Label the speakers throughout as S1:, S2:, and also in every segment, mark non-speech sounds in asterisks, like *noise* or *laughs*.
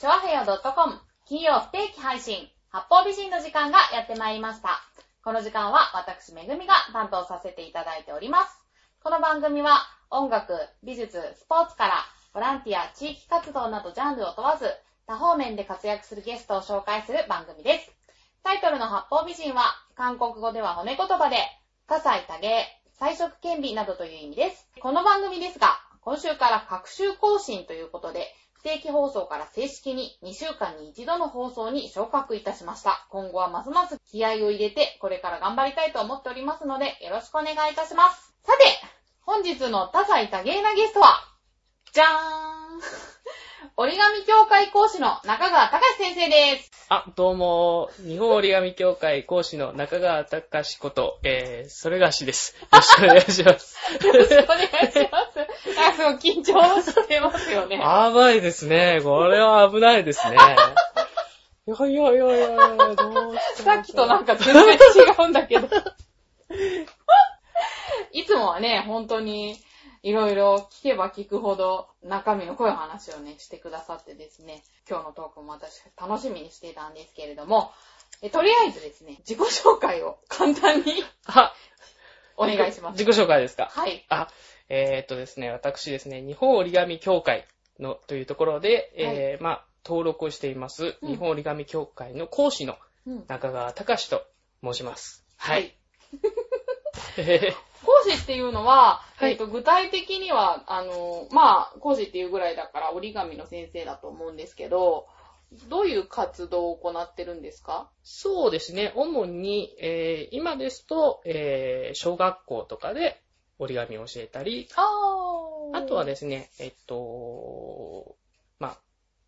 S1: チョアヘヨ .com 金曜不定期配信、八方美人の時間がやってまいりました。この時間は私めぐみが担当させていただいております。この番組は音楽、美術、スポーツからボランティア、地域活動などジャンルを問わず多方面で活躍するゲストを紹介する番組です。タイトルの八方美人は韓国語では骨言葉で多彩多芸、彩色兼備などという意味です。この番組ですが、今週から各週更新ということで、不定期放送から正式に2週間に1度の放送に昇格いたしました。今後はますます気合を入れて、これから頑張りたいと思っておりますので、よろしくお願いいたします。さて、本日の多彩多芸なゲストは、じゃーん *laughs* 折り紙協会講師の中川隆先生です。
S2: あ、どうも、日本折り紙協会講師の中川隆史こと、えー、それがしです。よろしくお願い
S1: *laughs*
S2: します。
S1: よろしくお願いします。あ、すごい緊張してますよね。
S2: 危ないですね。これは危ないですね。いやいやいやいや、どうし
S1: さ
S2: た
S1: っきとなんか全然違うんだけど。いつもはね、本当に、いろいろ聞けば聞くほど中身の濃い話をね、してくださってですね、今日のトークも私楽しみにしていたんですけれども、えとりあえずですね、自己紹介を簡単に
S2: あ、
S1: お願いします。
S2: 自己紹介ですか
S1: はい。
S2: あ、えー、っとですね、私ですね、日本折り紙協会の、というところで、えーまあ、登録をしています、
S1: うん
S2: 日本折り紙協会の講師の
S1: うん
S2: 中川隆史と申します。
S1: は
S2: はい。
S1: い。
S2: *laughs*
S1: 講師っていうのは、
S2: はい
S1: えっと、具体的には、あの、まあ、講師っていうぐらいだから折り紙の先生だと思うんですけど、どういう活動を行ってるんですか
S2: そうですね。主に、えー今ですと、えー小学校とかで折り紙を教えたり、
S1: あ
S2: あとは
S1: ね、
S2: ですね、えっと、まあ、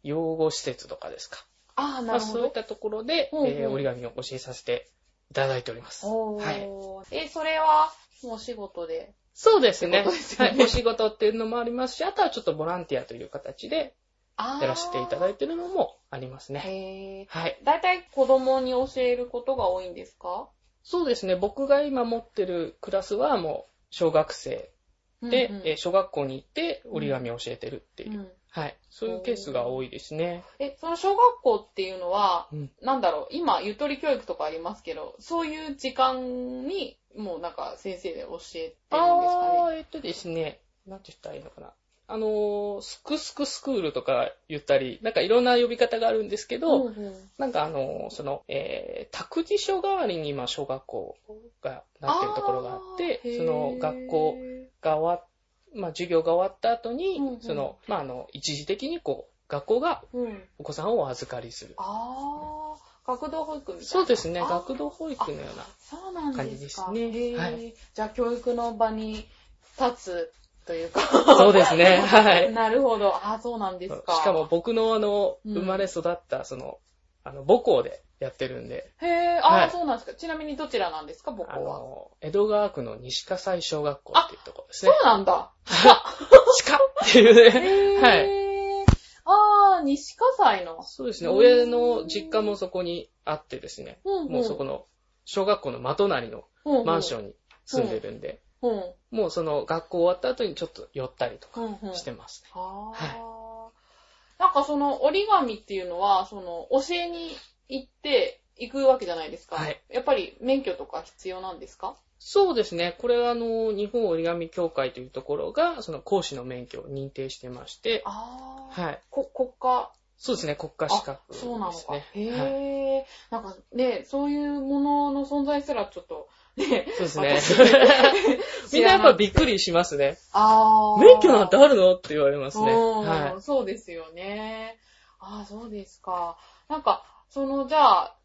S2: 養護施設とかですか。
S1: ああ、
S2: ま
S1: な
S2: あ、
S1: るほ
S2: そういっ
S1: ど。
S2: たところで、
S1: うんうん
S2: えー折り紙を教えさせていただいております。
S1: おー
S2: はい。
S1: え、それは、もうお仕事で。
S2: そうですね
S1: ってことですよ
S2: は
S1: ね
S2: い。お仕事っていうのもありますし、あとはちょっとボランティアという形で
S1: あ
S2: やらせていただ
S1: い
S2: いているのもありますね。
S1: へえ。
S2: はい。
S1: だいたい子供に教えることが多いんですか
S2: そうですね。僕が今持ってるクラスはもう小学生で、
S1: うんうん
S2: えー小学校に行って折り紙を教えてるっていう、
S1: うん
S2: はい。そういうケースが多いですね。
S1: え、その小学校っていうのは、
S2: うん
S1: なんだろう、今、ゆとり教育とかありますけど、そういう時間に、もうなんか先生で教えてるんですかね
S2: あ。ー、えっとですね、なんて言ったらいいのかな。あのー、スクスクスクールとか言ったり、なんかいろんな呼び方があるんですけ
S1: う
S2: ど、
S1: んうん
S2: なんかあのー、その、えー、託児所代わりに今小学校がなってるところがあって
S1: あー、
S2: その学校、が終わっまあ授業が終わった後に、
S1: うんうん
S2: その、まああの、一時的にこう、学校が
S1: へーうん、
S2: お子さんをお預かりする。
S1: ああ、学童保育みたいな。
S2: そうですね、
S1: あー
S2: 学童保育のような。
S1: そうなんですか。
S2: 感じですね
S1: へー
S2: はい
S1: じゃあ、教育の場に立つというか。
S2: そうですね、 *laughs* はい。
S1: *laughs* なるほど。ああ、そうなんですか。
S2: しかも、僕のあの、
S1: うん
S2: 生まれ育った、その、あの、母校でやってるんで、
S1: へえ、ああ、
S2: はい
S1: そうなんですか。ちなみにどちらなんですか、母
S2: あ
S1: 校は。
S2: の、江戸川区の西葛西小学校っていうところです
S1: そう
S2: ね。
S1: なんだ。
S2: 近っってい
S1: へ
S2: うね。
S1: ー
S2: *laughs* はい。
S1: ああ、西葛西の。
S2: そうですね、親の実家もそこにあってですね、
S1: うん
S2: もうそこの、小学校のま隣の
S1: の
S2: マンシ
S1: ン。
S2: ョンに住んでるんで、
S1: うん
S2: もうその学校終わった後にちょっと寄ったりとか
S1: うんうん
S2: してますね。
S1: ああ。なんかその折り紙っていうのは、その教えに行って行くわけじゃないですか。
S2: はい
S1: やっぱり免許とか必要なんですか
S2: そうですね。これはあの、日本折り紙協会というところが、その講師の免許を認定してまして、
S1: ああ。
S2: はい。
S1: こ国家
S2: そうですね、国家資格ですね。
S1: そうなのか。へえ、
S2: はい
S1: なんかね、そういうものの存在すらちょっと、ね、
S2: そう *laughs* です
S1: 私
S2: ね。みんなやっ
S1: 知
S2: ぱ
S1: らい
S2: びっくりしますね。
S1: ああ。
S2: 免許なんて
S1: で
S2: あるのって言われますね。
S1: う
S2: は
S1: ん、そうですよね。ああ、そうですか。なんか、その、じゃあ、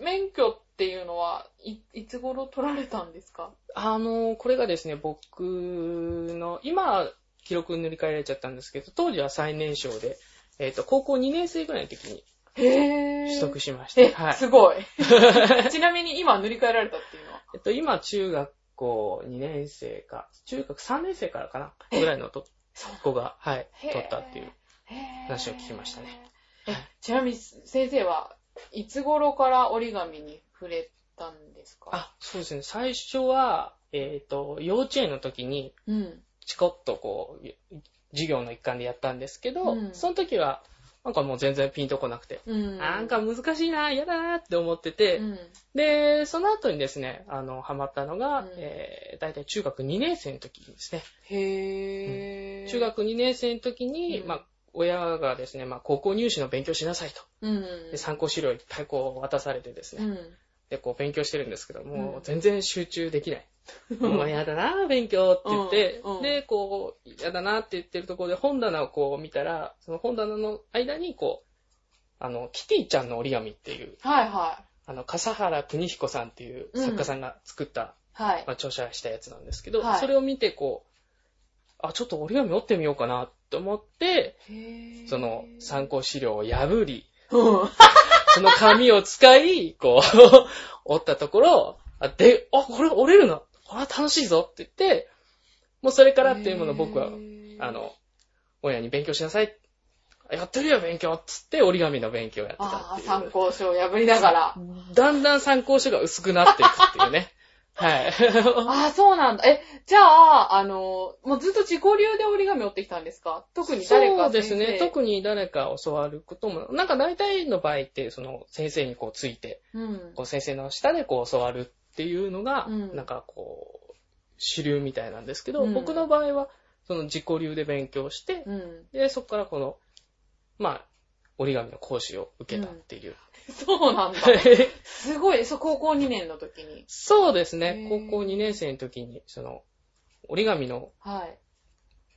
S1: 免許っていうのは、い、いつ頃取られたんですか
S2: い。あの、これがですね、僕の、今、記録塗り替えられちゃったんですけど、当時は最年少で、えっ、と、高校2年生ぐらいの時に
S1: へえ。
S2: 取得しまして、
S1: え、
S2: はい。
S1: す
S2: *laughs*
S1: ごい。ちなみに今塗り替えられたっていうのは。
S2: えっと、今、中学校2年生か、中学3年生からかな、ぐらいのと
S1: そう
S2: 子が、はい、
S1: へー
S2: 取ったっていう。話を聞きましたね
S1: へー。
S2: はい
S1: えちなみに先生はいつ頃から折り紙に触れたんですか
S2: あ、そうですね。最初は、えっ、と、幼稚園の時に、
S1: うん。
S2: チコッとこう、授業の一環でやったんですけど、
S1: うん
S2: その時は、なんかもう全然ピンとこなくて。
S1: うん。
S2: なんか難しいな、嫌だなって思ってて、
S1: うん、
S2: で、その後にですね、あの、ハマったのが、
S1: うん
S2: えー、大体中学2年生の時ですね。
S1: へぇー。
S2: 中学2年生の時に、
S1: うん
S2: まあ、親がですね、まあ、高校入試の勉強しなさいと。
S1: うん。
S2: で、参考資料いっぱいこう渡されてですね。
S1: うん。
S2: で、こう勉強してるんですけど、も
S1: う
S2: うん全然集中で
S1: *laughs*
S2: きない。もうやだなぁ、勉強って言って
S1: うんう、ん
S2: で、こう、やだなって言ってるところで本棚をこう見たら、その本棚の間に、こう、あの、キティちゃんの折り紙っていう、
S1: はいはい。
S2: あの、笠原邦彦さんっていう作家さんが作った、
S1: はい。
S2: まあ、著者したやつなんですけど、
S1: はい
S2: それを見て、こう、あ、ちょっと折り紙折ってみようかなと思って、
S1: へぇー。
S2: その参考資料を破り、
S1: うん。
S2: その紙を使い、こう、 *laughs* 折ったところ、あで、あ、これ折れるな。これは楽しいぞって言って、もうそれからっていうものを僕は、あ、の、親に勉強しなさい。やってるよ、勉強っつって折り紙の勉強をやってた
S1: あ
S2: っ
S1: あ、
S2: ていう。
S1: 参考書を破りながら。
S2: だんだん参考書が薄くなっていくってい
S1: *laughs*
S2: うね。はい。
S1: ああ、そうなんだ。え、じゃあ、あの、もうずっと自己流で折り紙折ってきたんですか特に誰
S2: そ
S1: か
S2: うですね。
S1: に。
S2: 特に誰か教わることも、なんか大体の場合って、その先生にこうついて、
S1: うん。
S2: こう先生の下でこう教わるっていうのが、
S1: うん
S2: なんかこう、主流みたいなんですけど、
S1: うん
S2: 僕の場合は、その自己流で勉強して、
S1: うん。
S2: で、そこからこの、まあ、折り紙の講師を受けたっていう。
S1: そうなんだ。すごい、そう、高校2年の時に。
S2: *laughs* そうです
S1: へ
S2: ね。
S1: ー
S2: 高校2年生の時に、その、折り紙の、
S1: はい。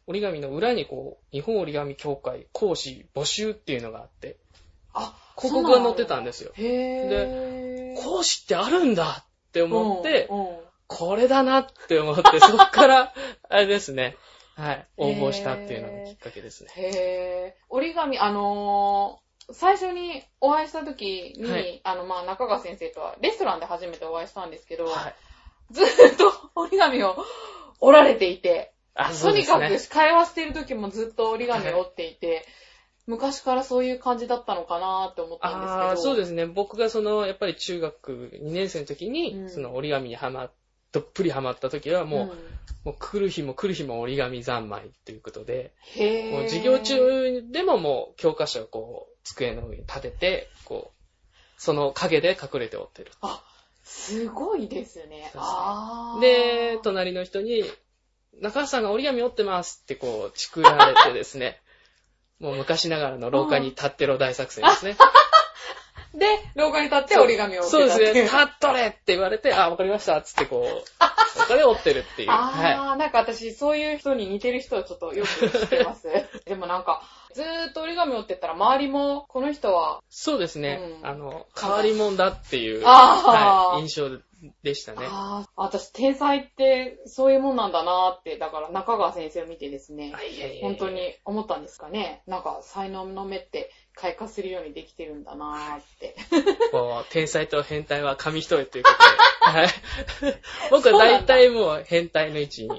S2: 折り紙の裏にこう、日本折り紙協会講師募集っていうのがあって、
S1: あ、
S2: 広告が載ってたんですよ。
S1: へぇー。
S2: 講師ってあるんだって思って、
S1: うんうん
S2: これだなっ
S1: *laughs*
S2: て思って、そっから、あれですね。はい。応募したっていうのがきっかけですね。
S1: へぇー。折り紙、あのー、最初にお会いした時に、
S2: はい
S1: あの、まあ、中川先生とはレストランで初めてお会いしたんですけど、
S2: はい。
S1: ずーっと折り紙を折られていて、
S2: あ、そ
S1: と
S2: うで
S1: に
S2: す
S1: か
S2: ね。
S1: く会話してる時もずっと折り紙を折っていて、昔からそういう感じだったのかなーって思ったんですけど。
S2: ああ、そう
S1: す。
S2: ですね。僕がその、やっぱり中学2年生の時に、
S1: うん
S2: その折り紙にはま、どっぷりはまった時はもう、
S1: ん、
S2: もう来る日も来る日も折り紙三昧っていうことで、
S1: へぇー。
S2: もう授業中でももう教科書をこう、机の上に立てて、こう、その影で隠れて折ってる。
S1: すごいですね。
S2: そうそう
S1: あー
S2: で、隣の人に、中橋さんが折り紙折ってますってこう、チクられてで
S1: *laughs*
S2: すね、もう昔ながらの廊下に立ってろ大作戦ですね。
S1: で、廊下に立って折り紙を折って
S2: そう
S1: た
S2: で
S1: っ
S2: す
S1: てい
S2: ね、立っとれって言われて、あ、わかりましたっつってこう、廊下で折ってるっていう。はい。
S1: あー、なんか私、そういう人に似てる人をちょっとよく知ってます。 *laughs* でもなんか、ずーっと折り紙折ってったら、周りも、この人は、
S2: そうですね、
S1: うん
S2: あの、変わり者だっていう、
S1: あー
S2: はい、印象でしたね。
S1: ああ、私、天才って、そういうもんなんだなーって、だから中川先生を見てですね、
S2: あいやいやいや
S1: 本当に思ったんですかね。なんか、才能の目って、開花するようにできてるんだなーって。
S2: こう、天才と変態は紙一重というこ
S1: *laughs*
S2: とで。はい。僕は大体もう変態の位置に、は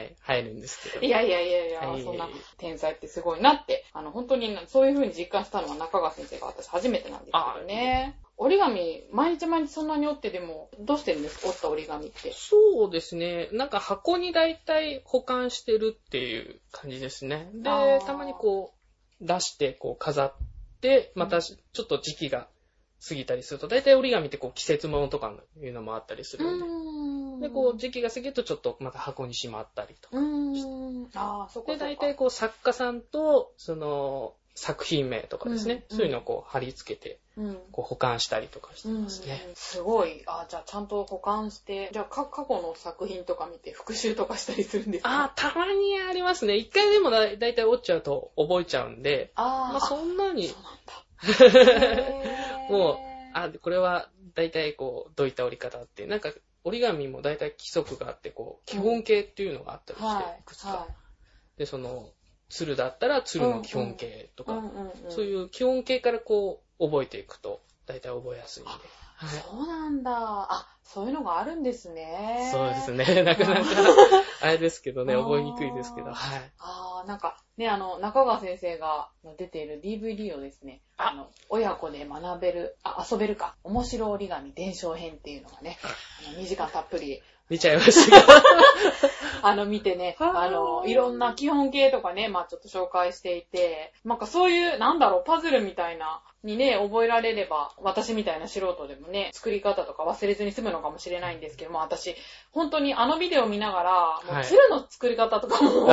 S2: い、入るんですけど。
S1: いやいやいやいや、
S2: はい
S1: そんな天才ってすごいなって、あの、本当にそういう風に実感したのは中川先生が私初めてなんですけどね。折り紙、毎日毎日そんなに折ってでも、どうしてるんです折った折り紙って。
S2: そうですね。なんか箱に大体保管してるっていう感じですね。で
S1: あー、
S2: たまにこう、出して、こう飾って、またちょっと時期が過ぎたりすると、大体折り紙ってこう季節物とかいうのもあったりするんで。
S1: ん
S2: で、こう、時期が過ぎるとちょっとまた箱にしまったりとか。
S1: うーん。ああ、そこ
S2: で、大体こう作家さんと、その、作品名とかですね。
S1: うん
S2: そういうのをこう貼り付けて、
S1: うん。
S2: こう保管したりとかして
S1: うん
S2: ますね。
S1: すごい。あーじゃあちゃんと保管して、じゃあか過去の作品とか見て復習とかしたりするんですか
S2: ああ、たまにありますね。一回でもだいたい折っちゃうと覚えちゃうんで、
S1: あー
S2: まあそんなに、
S1: そうなんだ。へー
S2: *laughs* もうあ、これはだいたいこう、どういった折り方って、なんか折り紙もだいたい規則があって、こう、基本形っていうのがあったりし
S1: は
S2: て、いくつ
S1: い。
S2: か
S1: は。
S2: で、その、鶴だったら鶴の基本形と
S1: い。う
S2: か、
S1: んうんうん。
S2: そういう基本形からこう、覚えていくと、だいたい覚えやすいんで。はい
S1: そうなんだ。あ、そういうのがあるんですね。
S2: そうです
S1: ね。
S2: ね。 *laughs* な
S1: *laughs*
S2: かなか、あれですけどね、
S1: あー
S2: 覚えにくいですけど、はい。
S1: あーなんかね、あの、中川先生が出ている DVD をですね、
S2: あ
S1: あの、親子で学べる、あ、遊べるか、面白折り紙伝承編っていうのがね、あの2時間たっぷり
S2: 見ちゃいま
S1: *laughs*
S2: したが。
S1: あの、見てね、
S2: はあ
S1: あの、いろんな基本形とかね、まあちょっと紹介していて、なんかそういう、なんだろう、パズルみたいな、にね、覚えられれば、私みたいな素人でもね、作り方とか忘れずに済むのかもしれないんですけども、私、本当にあのビデオ見ながら、も
S2: は
S1: う
S2: い
S1: 鶴の作り方とか
S2: *laughs*
S1: も、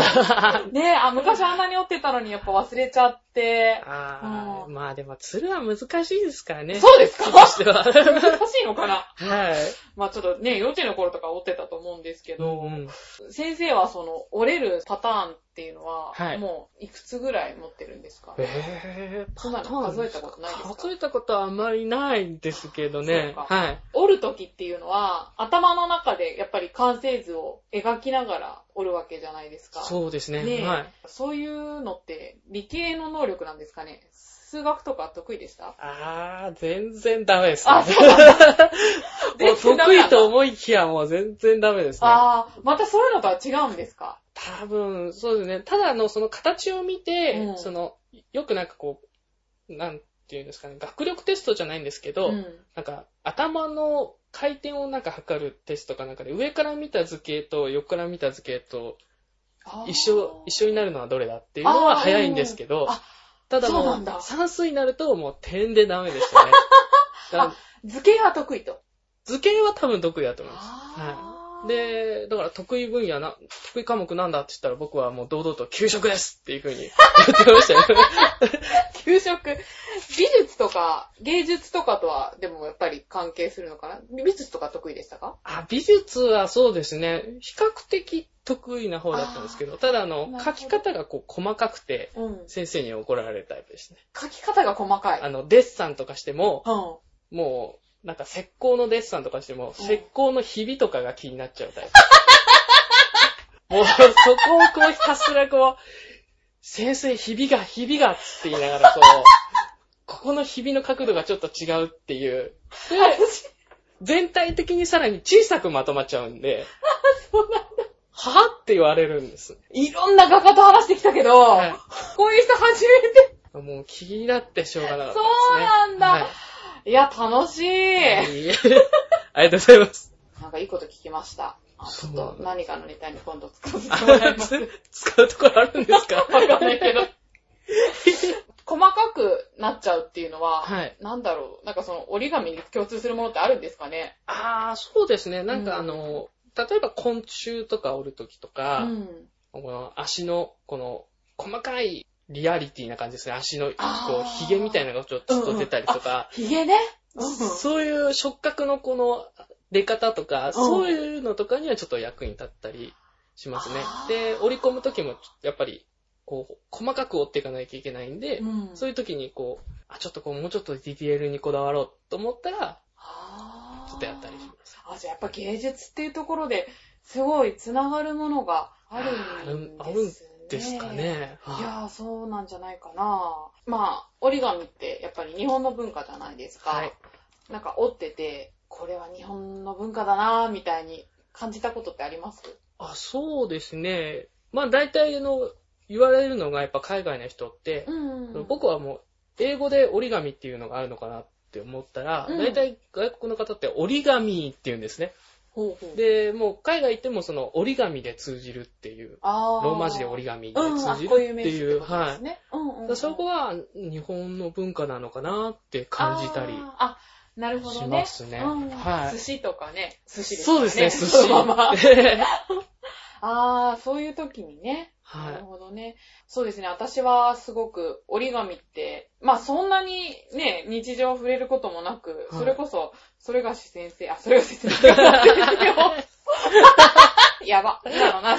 S1: ね、あ、昔あんなに折ってたのにやっぱ忘れちゃって、
S2: あ
S1: う
S2: ーまあでも、鶴は難しいですからね。
S1: そうです
S2: *laughs*
S1: か
S2: としては。
S1: 難しいのかな
S2: はい。
S1: まあちょっとね、幼稚園の頃とか折ってたと思うんですけど、
S2: うん
S1: 先生はその折れるパターンっていうのは、
S2: はい
S1: もういくつぐらい持ってるんですか
S2: えー、
S1: そんなの数えたことないですか
S2: 数えたことはあんまりないんですけどね。
S1: そうか
S2: はい。
S1: 折る時っていうのは頭の中でやっぱり完成図を描きながら折るわけじゃないですか。
S2: そうですね。
S1: ねえ
S2: はい。
S1: そういうのって理系の能力なんですかね数学とか得意でした
S2: あー、全然ダメです、
S1: あ
S2: *laughs* ね。もう
S1: 全然ダ
S2: 得
S1: メ
S2: 意
S1: なんだ
S2: と思いきやもう全然ダメですね。
S1: ああ、またそういうのとは違うんですか
S2: 多分、そうですね。ただあの、その形を見て、
S1: うん
S2: その、よくなんかこう、なんていうんですかね、学力テストじゃないんですけど、
S1: うん。
S2: なんか、頭の回転をなんか測るテストかなんかで、上から見た図形と横から見た図形と
S1: あー
S2: 一緒、一緒になるのはどれだっていうのは
S1: あー
S2: 早いんですけど
S1: あ、
S2: ただ
S1: そう
S2: も
S1: なんだ
S2: う、算数になるともう点でダメ
S1: *laughs*
S2: でしたね。だから
S1: 図形が得意と。
S2: 図形は多分得意だと思います。
S1: あー、
S2: で、だから得意分野な、得意科目なんだって言ったら僕はもう堂々と給食ですっていう風に *laughs* 言ってました
S1: *laughs*
S2: よ。
S1: 給食。美術とか芸術とかとは、でもやっぱり関係するのかな美術とか得意でしたか
S2: あ、美術はそうですね、比較的得意な方だったんですけど、ただあの
S1: なるほ、ど
S2: 書き方がこう細かくて、
S1: うん。
S2: 先生に怒られるタイプですね。
S1: 書き方が細かい。
S2: あの、デッサンとかしても、
S1: うん。
S2: もう、なんか石膏のデッサンとかして
S1: う
S2: も、
S1: ん
S2: 石膏のひびとかが気になっちゃうタイ *laughs* プ。もう、そこをこうひたすらこう、先生、ひびが、ひびがっつって言いながらこう、ここのひびの角度がちょっと違うっていう。で、全体的にさらに小さくまとまっちゃうんで、
S1: そうなんだ
S2: はぁって言われるんです。
S1: *laughs* いろんな画家と話してきたけど、
S2: はい
S1: こういう人初めて。
S2: もう気になってしょうがなかったですね。
S1: そうなんだ
S2: はい
S1: いや、楽しい。
S2: いいえ *laughs* ありがとうございます。
S1: なんかいいこと聞きました。あちょっ
S2: そうな
S1: と
S2: んだ
S1: 何かのネタに今度使わせてもらい
S2: *laughs*
S1: ます。わ
S2: 使うところあるんですかわ
S1: かんないけど。 *laughs* 細かくなっちゃうっていうのは、
S2: はい
S1: なんだろう、なんかその折り紙に共通するものってあるんですかね
S2: ああ、そうですね。なん
S1: うん
S2: かあの、例えば昆虫とか折るときと
S1: う
S2: か、
S1: ん。
S2: この足の、この、細かいリアリティな感じですね。足の、こ
S1: あー
S2: う、髭みたいなのがちょっと出たりとか、
S1: ヒゲね。うん
S2: そういう触覚のこの出方とか、
S1: ん
S2: そういうのとかにはちょっと役に立ったりしますね
S1: あ。ー
S2: で、折り込むときも、やっぱり、こう、細かく折っていかないといけないんで、
S1: うん
S2: そういう時にこう、あ、ちょっとこう、もうちょっとディテールにこだわろうと思ったら、
S1: あー
S2: ちょっとやったりします。
S1: あ、じゃあやっぱ芸術っていうところですごい繋がるものがあるん
S2: ある
S1: ですね。
S2: ですか。ね。
S1: い
S2: は
S1: やー、そうなんじゃないかな。まあ、折り紙ってやっぱり日本の文化じゃないですか。
S2: はい
S1: なんか折ってて、これは日本の文化だなーみたいに感じたことってあります
S2: あ、そうですね。まあ大体の、言われるのがやっぱ海外の人って、
S1: ん
S2: 僕はもう、英語で折り紙っていうのがあるのかなって思ったら、
S1: うん
S2: 大体外国の方って折り紙って言うんですね。
S1: ほうほう、
S2: で、もう海外行ってもその折り紙で通じるっていう、
S1: あ
S2: ローマ字で
S1: り
S2: 折り紙で
S1: 紙
S2: 通じるっていう、
S1: ことで
S2: は
S1: すね。うんうんう
S2: い。
S1: ん、
S2: でそこは日本の文化なのかなって感じたり。
S1: あーあ、なるほどね。
S2: しますね
S1: うん
S2: はい
S1: 寿司とかね、寿司ですか
S2: そ
S1: ら
S2: うで
S1: *laughs*
S2: すね、寿
S1: そ
S2: 司。
S1: のまま
S2: は
S1: ああ、そういう時にね。なる
S2: い。
S1: ほどね。そうですね。私はすごく折り紙って、まあそんなにね、日常触れることもなく、
S2: はい
S1: それこそ、それがし先生、あ、それがし先生が先
S2: *laughs*
S1: 生を。やば。今のな、
S2: あ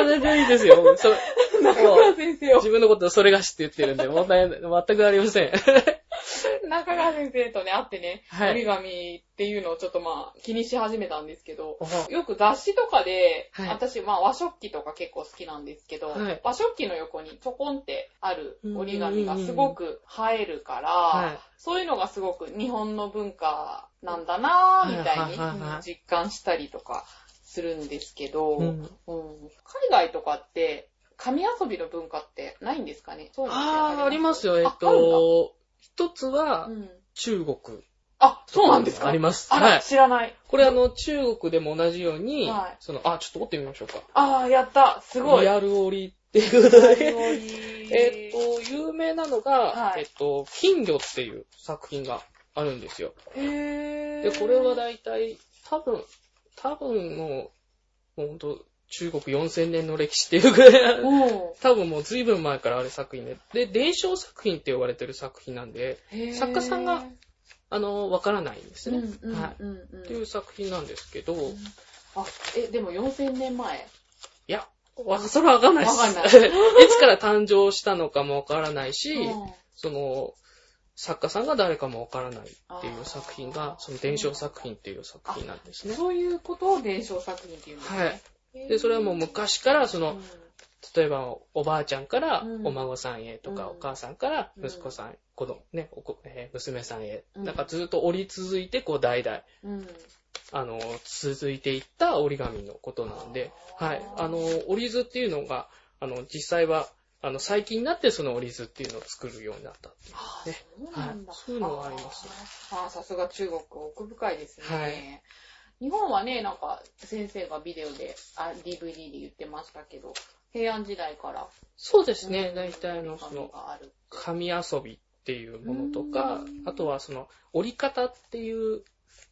S2: あ、全然いいですよ。そう
S1: 中川先生を、
S2: 自分のことそれがしって言ってるんで、問題全くありません。
S1: 中川先生とね、会ってね、
S2: はい
S1: 折り紙っていうのをちょっとまあ気にし始めたんですけど、
S2: は
S1: よく雑誌とかで、
S2: はい
S1: 私、まあ和食器とか結構好きなんですけど、
S2: はい
S1: 和食器の横にちょこんってある折り紙がすごく映えるから、
S2: い。
S1: そういうのがすごく日本の文化なんだなぁ、みたいに
S2: はいはいはいはい
S1: 実感したりとかするんですけど、
S2: う
S1: うん
S2: ん
S1: 海外とかって、紙遊びの文化ってないんですかねそういうのって
S2: ああ、ありますよ。えっ
S1: ああるんだ
S2: と、一つは
S1: うん
S2: 中国。
S1: あ、そうなんですか
S2: あります。
S1: あら、
S2: はい。
S1: 知らない。
S2: これあの、中国でも同じように、
S1: はい
S2: その、あ、ちょっと折ってみましょうか。
S1: ああ、やった。すごい。
S2: リアル折りっていうことで。 *laughs*
S1: え
S2: えっと、、有名なのが、
S1: はい
S2: えっと、金魚っていう作品があるんですよ。
S1: へ
S2: で、これは大体、多分、多分もう、もうほんと、中国4000年の歴史っていうぐらいな、
S1: お
S2: 多分もう随分前からある作品で、で、伝承作品って呼ばれてる作品なんで、作家さんがあの、わからないんですね。はい。っていう作品なんですけど、い
S1: あ、え、でも4000年前
S2: や、わ、それはわかんないです。
S1: わかんない
S2: *laughs* いつから誕生したのかもわからないし、
S1: うん
S2: その、作家さんが誰かもわからないってい
S1: あー
S2: う作品が、その伝承作品っていう作品なんですね。
S1: そういうことを伝承作品っていうんですね。
S2: はい。
S1: い
S2: で、それはもう昔から、そ
S1: うん
S2: の、例えばおばあちゃんから
S1: うん
S2: お孫さんへとか、
S1: うん
S2: お母さんから
S1: うん
S2: 息子さん、子供、ね、お子えー娘さんへ。
S1: うん
S2: なんかずっと折り続いて、こう代々、
S1: うん。
S2: あの、続いていった折り紙のことなんで、はい。あの、折り図っていうのが、あの、実際は、あの、最近になってその折り図っていうのを作るようになったっていう。
S1: あー
S2: ね
S1: そうなんだ。
S2: はいそういうのはありますね
S1: あーあー、さすが中国、奥深いですね。
S2: はい
S1: 日本はね、なんか、先生がビデオで、あ、DVD で言ってましたけど、平安時代から。
S2: そうですね。大体あの、そ
S1: 紙
S2: の、
S1: がある。
S2: 紙遊びっていうものとか
S1: うん、
S2: あとはその、折り方っていう、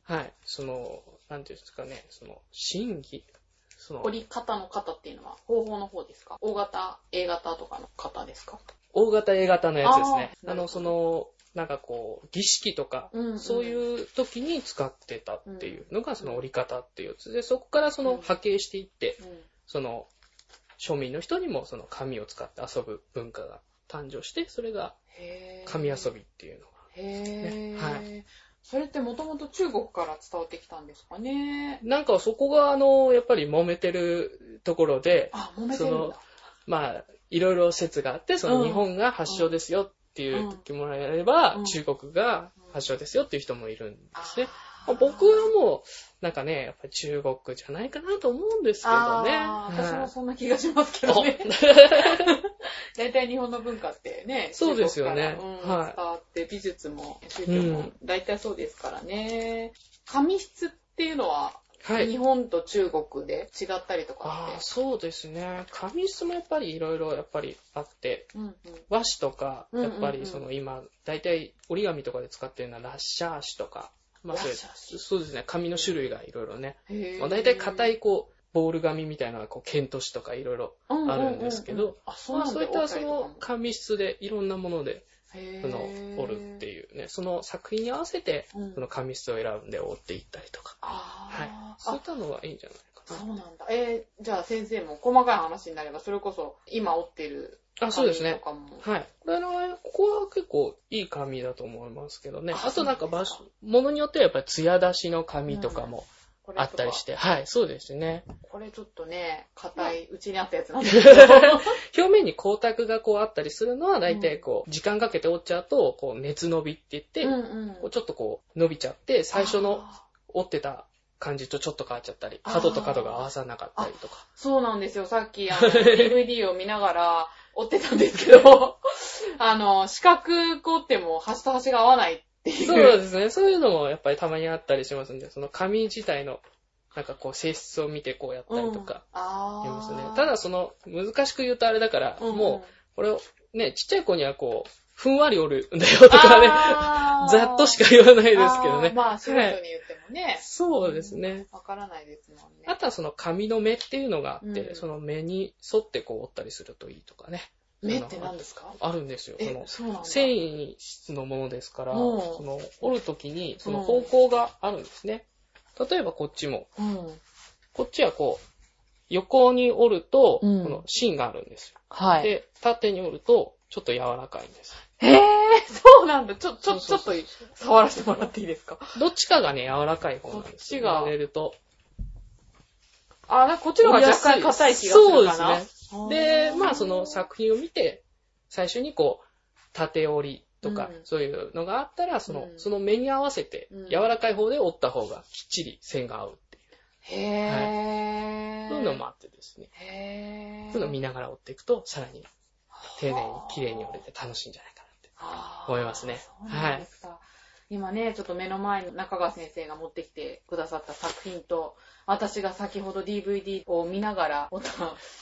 S2: はい、その、なんていうんですかね、その、審議その、
S1: 折り方の方っていうのは、方法の方ですか ?O 型、A 型とかの方ですか
S2: 大型 A 型のやつですね。
S1: あー
S2: あの、その、なんかこう、儀式とか、
S1: うんうん
S2: そういう時に使ってたっていうのが、その折り方っていうやつで、そこからその
S1: うん
S2: 波形していって、
S1: うん
S2: その、庶民の人にもその紙を使って遊ぶ文化が誕生して、それが
S1: へー
S2: 紙遊びっていうのが。
S1: へぇ、
S2: ね
S1: は。
S2: はい
S1: それってもともと中国から伝わってきたんですかね。
S2: なんかそこが、あの、やっぱり揉めてるところで、
S1: あ、揉めてるんだ。
S2: まあ、いろいろ説があって、そうの
S1: ん
S2: 日本が発祥ですよっていう時もらえれば、
S1: うん
S2: 中国が発祥ですよっていう人もいるんで
S1: あ
S2: すね。
S1: ー
S2: 僕はもう、なんかね、やっぱり中国じゃないかなと思うんですけどね。
S1: あー私
S2: は
S1: も
S2: い
S1: そんな気がしますけどね。大体日本の文化ってね、
S2: そうですよね
S1: 中国からうん
S2: はい
S1: 伝わって、美術も宗教も
S2: うん
S1: 大体そうですからね。紙質っていうのは、
S2: はい。
S1: 日本と中国で違ったりとか
S2: あ
S1: って。
S2: あ、そうですね。紙質もやっぱりいろいろやっぱりあって、
S1: うんうん
S2: 和紙とか、
S1: うんうん
S2: や
S1: うん
S2: っぱりその今、大体折り紙とかで使ってるのはラッシャー紙とか、まあそう
S1: ラ
S2: いう
S1: ッシャー紙
S2: そうですね、紙の種類がいろいろね。
S1: へー
S2: まあ、大体硬いこう、ボール紙みたいなのがこう、剣都市とかいろいろ、
S1: うううう
S2: あるんですけど
S1: あ、そう
S2: まあ
S1: なんだ
S2: そういったそ
S1: お
S2: の
S1: 二人とか
S2: 紙質でいろんなもので、
S1: もへー
S2: その、折るっていうね、その作品に合わせて、
S1: うん
S2: その紙質を選んで折っていったりとか、
S1: あー
S2: はい。そういったのがいいんじゃない
S1: あ、
S2: か
S1: そうなんだ。えーじゃあ先生も細かい話になれば、それこそ今折ってる
S2: な。あ、そうですね
S1: 紙と。かも。
S2: はい。これの、ここは結構いい紙だと思いますけどね。
S1: あ
S2: あとなん
S1: そ
S2: か
S1: うなん
S2: 場
S1: ですか
S2: 所、ものによってはやっぱり艶出しの紙とかも
S1: これ
S2: あったりして、はい、そうですね。
S1: これちょっとね、硬い、うちにあったやつなんですけど。
S2: 表面に光沢がこうあったりするのは大体こう、時間かけて折っちゃうと、こう熱伸びって言 *laughs* って、
S1: うんうん
S2: こうちょっとこう伸びちゃって、最初の
S1: あー
S2: 折ってた感じとちょっと変わっちゃったり、角と角が合わさなかったりとか。
S1: そうなんですよ。さっき、あの、DVD を見ながら折ってたんですけ
S2: *laughs*
S1: ど、あの、四角く折っても端と端が合わないっていう。
S2: *laughs* そうですね。そういうのもやっぱりたまにあったりしますんで、その紙自体の、なんかこう性質を見てこうやったりとか。
S1: あ
S2: あり
S1: ー
S2: ますね。た、だその、難しく言うとあれだから、
S1: うん
S2: もう、これを、ね、ちっちゃい子にはこう、ふんわり折るんだよとかね、
S1: あー
S2: ざっとしか言わないですけど
S1: あー
S2: ね。
S1: まあ、素人に
S2: は
S1: 言っ
S2: い
S1: てもね、
S2: そうですね。
S1: わからないですもんね。
S2: あとはその紙の目っていうのがあって、
S1: うん
S2: その目に沿ってこう折ったりするといいとかね。
S1: 目って何ですか
S2: あるんですよ。そ
S1: え
S2: の、
S1: そうなんだ。
S2: 繊維質のものですから、
S1: うん
S2: その折るときにその
S1: うん
S2: 方向があるんですね。例えばこっちも、
S1: うん。
S2: こっちはこう、横に折ると、
S1: うん
S2: この芯があるんですよ。
S1: はい。
S2: で、縦に折ると、ちょっと柔らかいんです。
S1: へえ、そうなんだ。ちょ、ちょ、ち
S2: そ
S1: ょっ
S2: うそ
S1: と
S2: うそう
S1: 触らせてもらっていいですか
S2: どっちかがね、柔らかい方なんです。
S1: こっちが
S2: 入れると。
S1: あ、なんかこっちの方が若干硬い気がするかな。
S2: そうですね。で、まあその
S1: さ
S2: 作品を見て、最初にこう、縦折りとか、
S1: うん
S2: そういうのがあったら、その、
S1: うん
S2: その目に合わせて
S1: うん、
S2: 柔らかい方で折った方がきっちり線が合うって
S1: へ
S2: い
S1: え、
S2: う、そういうのもあってですね。
S1: へえ。
S2: そういうのを見ながら折っていくと、さらに丁寧に綺麗に折れて楽しいんじゃないかなって。
S1: あー
S2: 思いますね
S1: そうなんですか。今ね、ちょっと目の前に中川先生が持ってきてくださった作品と、私が先ほど DVD を見ながら、おた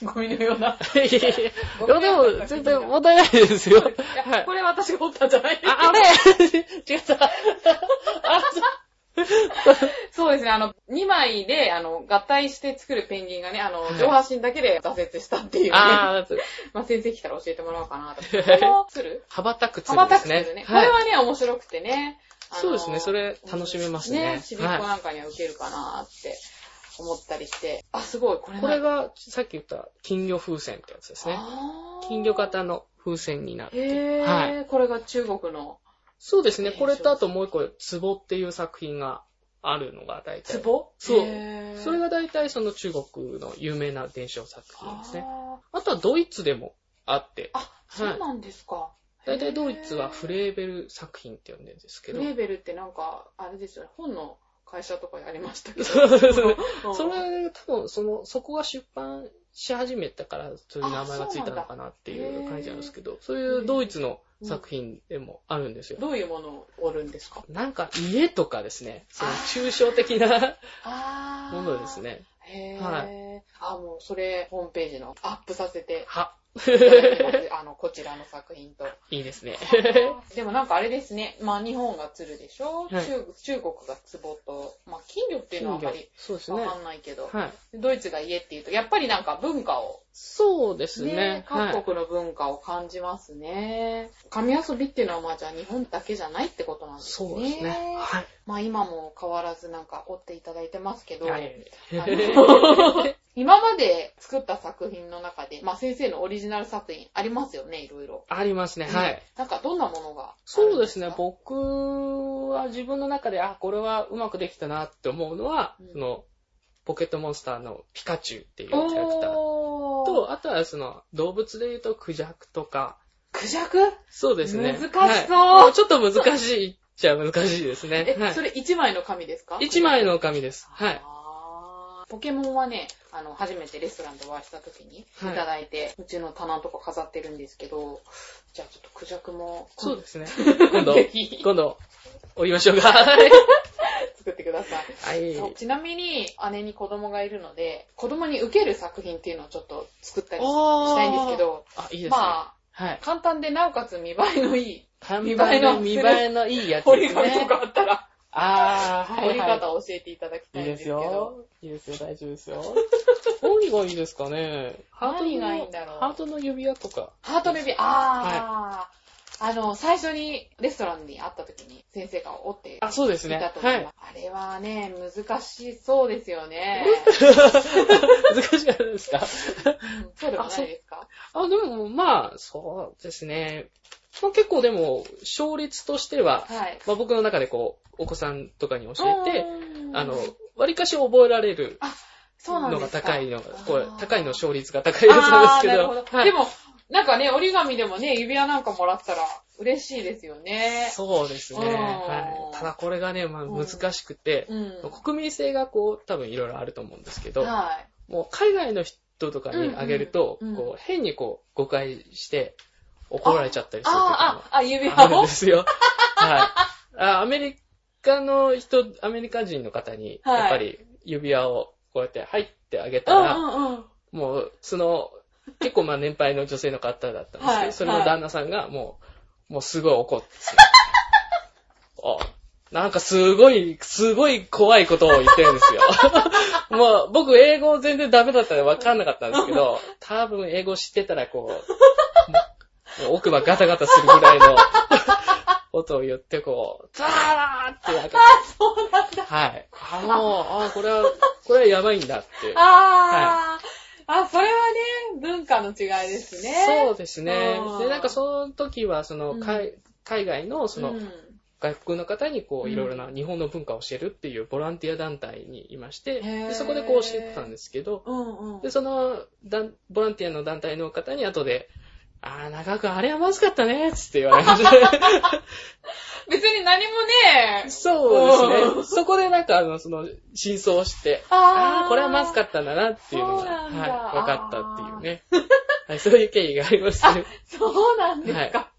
S1: ゴミのような。
S2: いやいやい
S1: *laughs*
S2: や、でも、全然問題ないですよ。はい。
S1: これ私がおったんじゃない
S2: あ、あれ *laughs* 違った。あ、そう
S1: そうですね、あの、2枚で、あの、合体して作るペンギンがね、あの
S2: はい、
S1: 上半身だけで挫折したっていうね。
S2: *laughs* あー、
S1: *laughs* まあ、先生来たら教えてもらおうか
S2: *laughs*
S1: なと。この鶴
S2: 羽ばた
S1: 羽
S2: く鶴
S1: ば
S2: で
S1: た
S2: す
S1: く鶴
S2: ね。
S1: ね。こ
S2: は
S1: れ
S2: い。
S1: はね、面白くてね。あの
S2: そうですね、それ楽しめますね。
S1: ね、ちびっ子
S2: は
S1: なんかには受けるかなって思ったりして。あ、すごい、これ
S2: い。
S1: な
S2: これが、さっき言った金魚風船ってやつですね。
S1: あー
S2: 金魚型の風船になる。
S1: へぇー、これが中国の
S2: そうですね、
S1: えー
S2: これとあともう一個、ツボっていう作品があるのが大体。
S1: 壺
S2: そう
S1: へー
S2: それが大体その中国の有名な伝承作品ですね。
S1: あー
S2: あとはドイツでもあって、
S1: あ、そうなんですか。
S2: 大体ドイツはフ
S1: ー
S2: レーベル作品って呼んでるんですけど、
S1: レーベルってなんか、あれですよね、本の会社とかやりましたけど。
S2: そうそう *laughs* そう
S1: うん
S2: それ多分その、そこが出版し始めたから、そういう名前がついたのかなっていう感じなんですけど、そういうドイツの作品でもあるんですよ。
S1: どういうものを折るんですか
S2: なんか家とかですね、その抽象的な
S1: あ
S2: ものです。ね。
S1: へぇー。
S2: は
S1: あ、もうそれ、ホームページのアップさせ
S2: *laughs*
S1: て、
S2: は、
S1: あの、こちらの作品
S2: *laughs*
S1: と。
S2: いいですね。
S1: でもなんかあれですね、まあ日本が鶴でしょ、
S2: はい
S1: 中中国が壺と、まあ金魚っていうのはあんまり
S2: そうですね
S1: わ。かんないけど、
S2: はい。
S1: ドイツが家っていうと、やっぱりなんか文化を、
S2: そうです
S1: ね
S2: ね。はい
S1: 各国の文化を感じますね。紙遊びっていうのはまあじゃあ日本だけじゃないってことなんですね。
S2: そうですね。はい。
S1: まあ今も変わらずなんか折っていただいてますけど、
S2: はい
S1: あの今まで作った作品の中で、まあ先生のオリジナル作品ありますよね、いろいろ。
S2: ありますね。はい。
S1: なんかどんなものがある
S2: そ
S1: ん
S2: うですね
S1: か。
S2: 僕は自分の中で、あ、これはうまくできたなって思うのは、
S1: うん
S2: その、ポケットモンスターのピカチュウっていうキャラクター
S1: おー
S2: と、あとはその、動物で言うとクジャクとか、
S1: クジャク
S2: そうですね。
S1: 難しそう
S2: はいもうちょっと難しいっちゃ難しいですね
S1: え、。
S2: は
S1: それ1枚の紙ですか
S2: い。一枚の紙です。はい。
S1: あーポケモンはね、あの、初めてレストランでお会いした時にい
S2: はい
S1: ただいて、うちの棚のとか飾ってるんですけど、じゃあちょっとクジャクも、
S2: そうで
S1: *laughs*
S2: すね。今度
S1: ぜ、ひ
S2: 今度、おりましょう
S1: *laughs*
S2: か。は
S1: 作ってください。
S2: い。
S1: そうちなみに、姉に子供がいるので、子供に受ける作品っていうのをちょっと作ったりし
S2: おー
S1: したいんですけど、
S2: あ、いいですね。
S1: まあ、
S2: はい。
S1: 簡単でなおかつ見栄えのいい
S2: 見
S1: 見栄えの
S2: 見栄えのいいやつ
S1: 折
S2: で
S1: り
S2: す
S1: 紙
S2: ね
S1: と。かあったら、
S2: あー、はい、
S1: 折り
S2: はい。
S1: 方を教えていただきた
S2: い
S1: い
S2: い
S1: んです
S2: です
S1: けど。
S2: よ。いいですよ、大丈夫で
S1: *laughs*
S2: すよ。何がいいですかねハート
S1: 何がいい
S2: の
S1: ん、だろう。
S2: ハートの指輪とか。
S1: ハートレビュー、あー、あの、最初にレストランに会った時に先生がおっていた
S2: あ、そうです
S1: と
S2: ね。
S1: 思いま
S2: は
S1: す。
S2: い。
S1: あれはね、難しそうですよね。
S2: 難しかったですか
S1: うんそうでもないですか
S2: あ、でも、まあ、そうですね。まあ、結構でも、勝率としては、
S1: はい。
S2: まあ、僕の中でこう、お子さんとかに教えて、
S1: うん
S2: あの、割かし覚えられる
S1: そうなん
S2: の
S1: で
S2: が
S1: すか
S2: 高いのが、これ
S1: あー、
S2: 高いの勝率が高いやつなんで
S1: あ
S2: すけ
S1: ーなる
S2: ど。
S1: ほど
S2: はい
S1: でも、なんかね、折り紙でもね、指輪なんかもらったら嬉しいですよね。
S2: そうですね。
S1: うん
S2: はい。ただこれがね、まあ
S1: うん
S2: 難しくて、
S1: うん。
S2: 国民性がこう、多分いろいろあると思うんですけど、
S1: はい。
S2: もう海外の人とかにあげると、
S1: うんうん
S2: こう、変にこう、誤解して怒られちゃったりすると
S1: あ
S2: か
S1: ーあ、あ、指
S2: もあ
S1: 輪
S2: るん
S1: も
S2: ですよ。はい。あアメリカの人、アメリカ人の方に、
S1: はい
S2: やっぱり指輪をこうやって入ってあげ
S1: う
S2: た
S1: んう
S2: ら、
S1: んうん。
S2: もう、その、結構まあ年配の女性の方だったんですけど、
S1: はい
S2: それの旦那さんがもう、もうすごい怒って、 *laughs* あなんかすごい、すごい怖いことを言ってるんですよ。 *laughs* もう僕英語全然ダメだったんで分かんなかったんです
S1: *laughs*
S2: けど、多分英語知ってたらこう、もう奥歯ガタガタするぐら
S1: *laughs*
S2: いの音を言ってこう、ザーってなんか、はい。あ、もう、あ、これは、これはやばいんだっていう。
S1: あー、あ、それはね、文化の違いですね。
S2: そうですね
S1: うん。
S2: で、なんかその時は、その、
S1: うん
S2: 海海外の、その、
S1: うん
S2: 外国の方に、こ
S1: う
S2: う、
S1: ん
S2: いろいろな日本の文化を教えるっていうボランティア団体にいまして、
S1: へー
S2: でそこでこう教えてたんですけど、
S1: うんうん
S2: で、。その、だんボランティアの団体の方に後で、あー、長くあれはまずかったね、つって言われ
S1: *laughs*
S2: ました。
S1: 別に何もね、
S2: そ
S1: う
S2: うで
S1: ん
S2: すね。そこでなんか、あの、その、真相を知って、
S1: あ
S2: あー、これはまずか
S1: っ
S2: ったんだなっていうのが、
S1: そうなんだ
S2: はい、わかったっていうね。はい、そういう経緯がありますね。
S1: そうなんですか。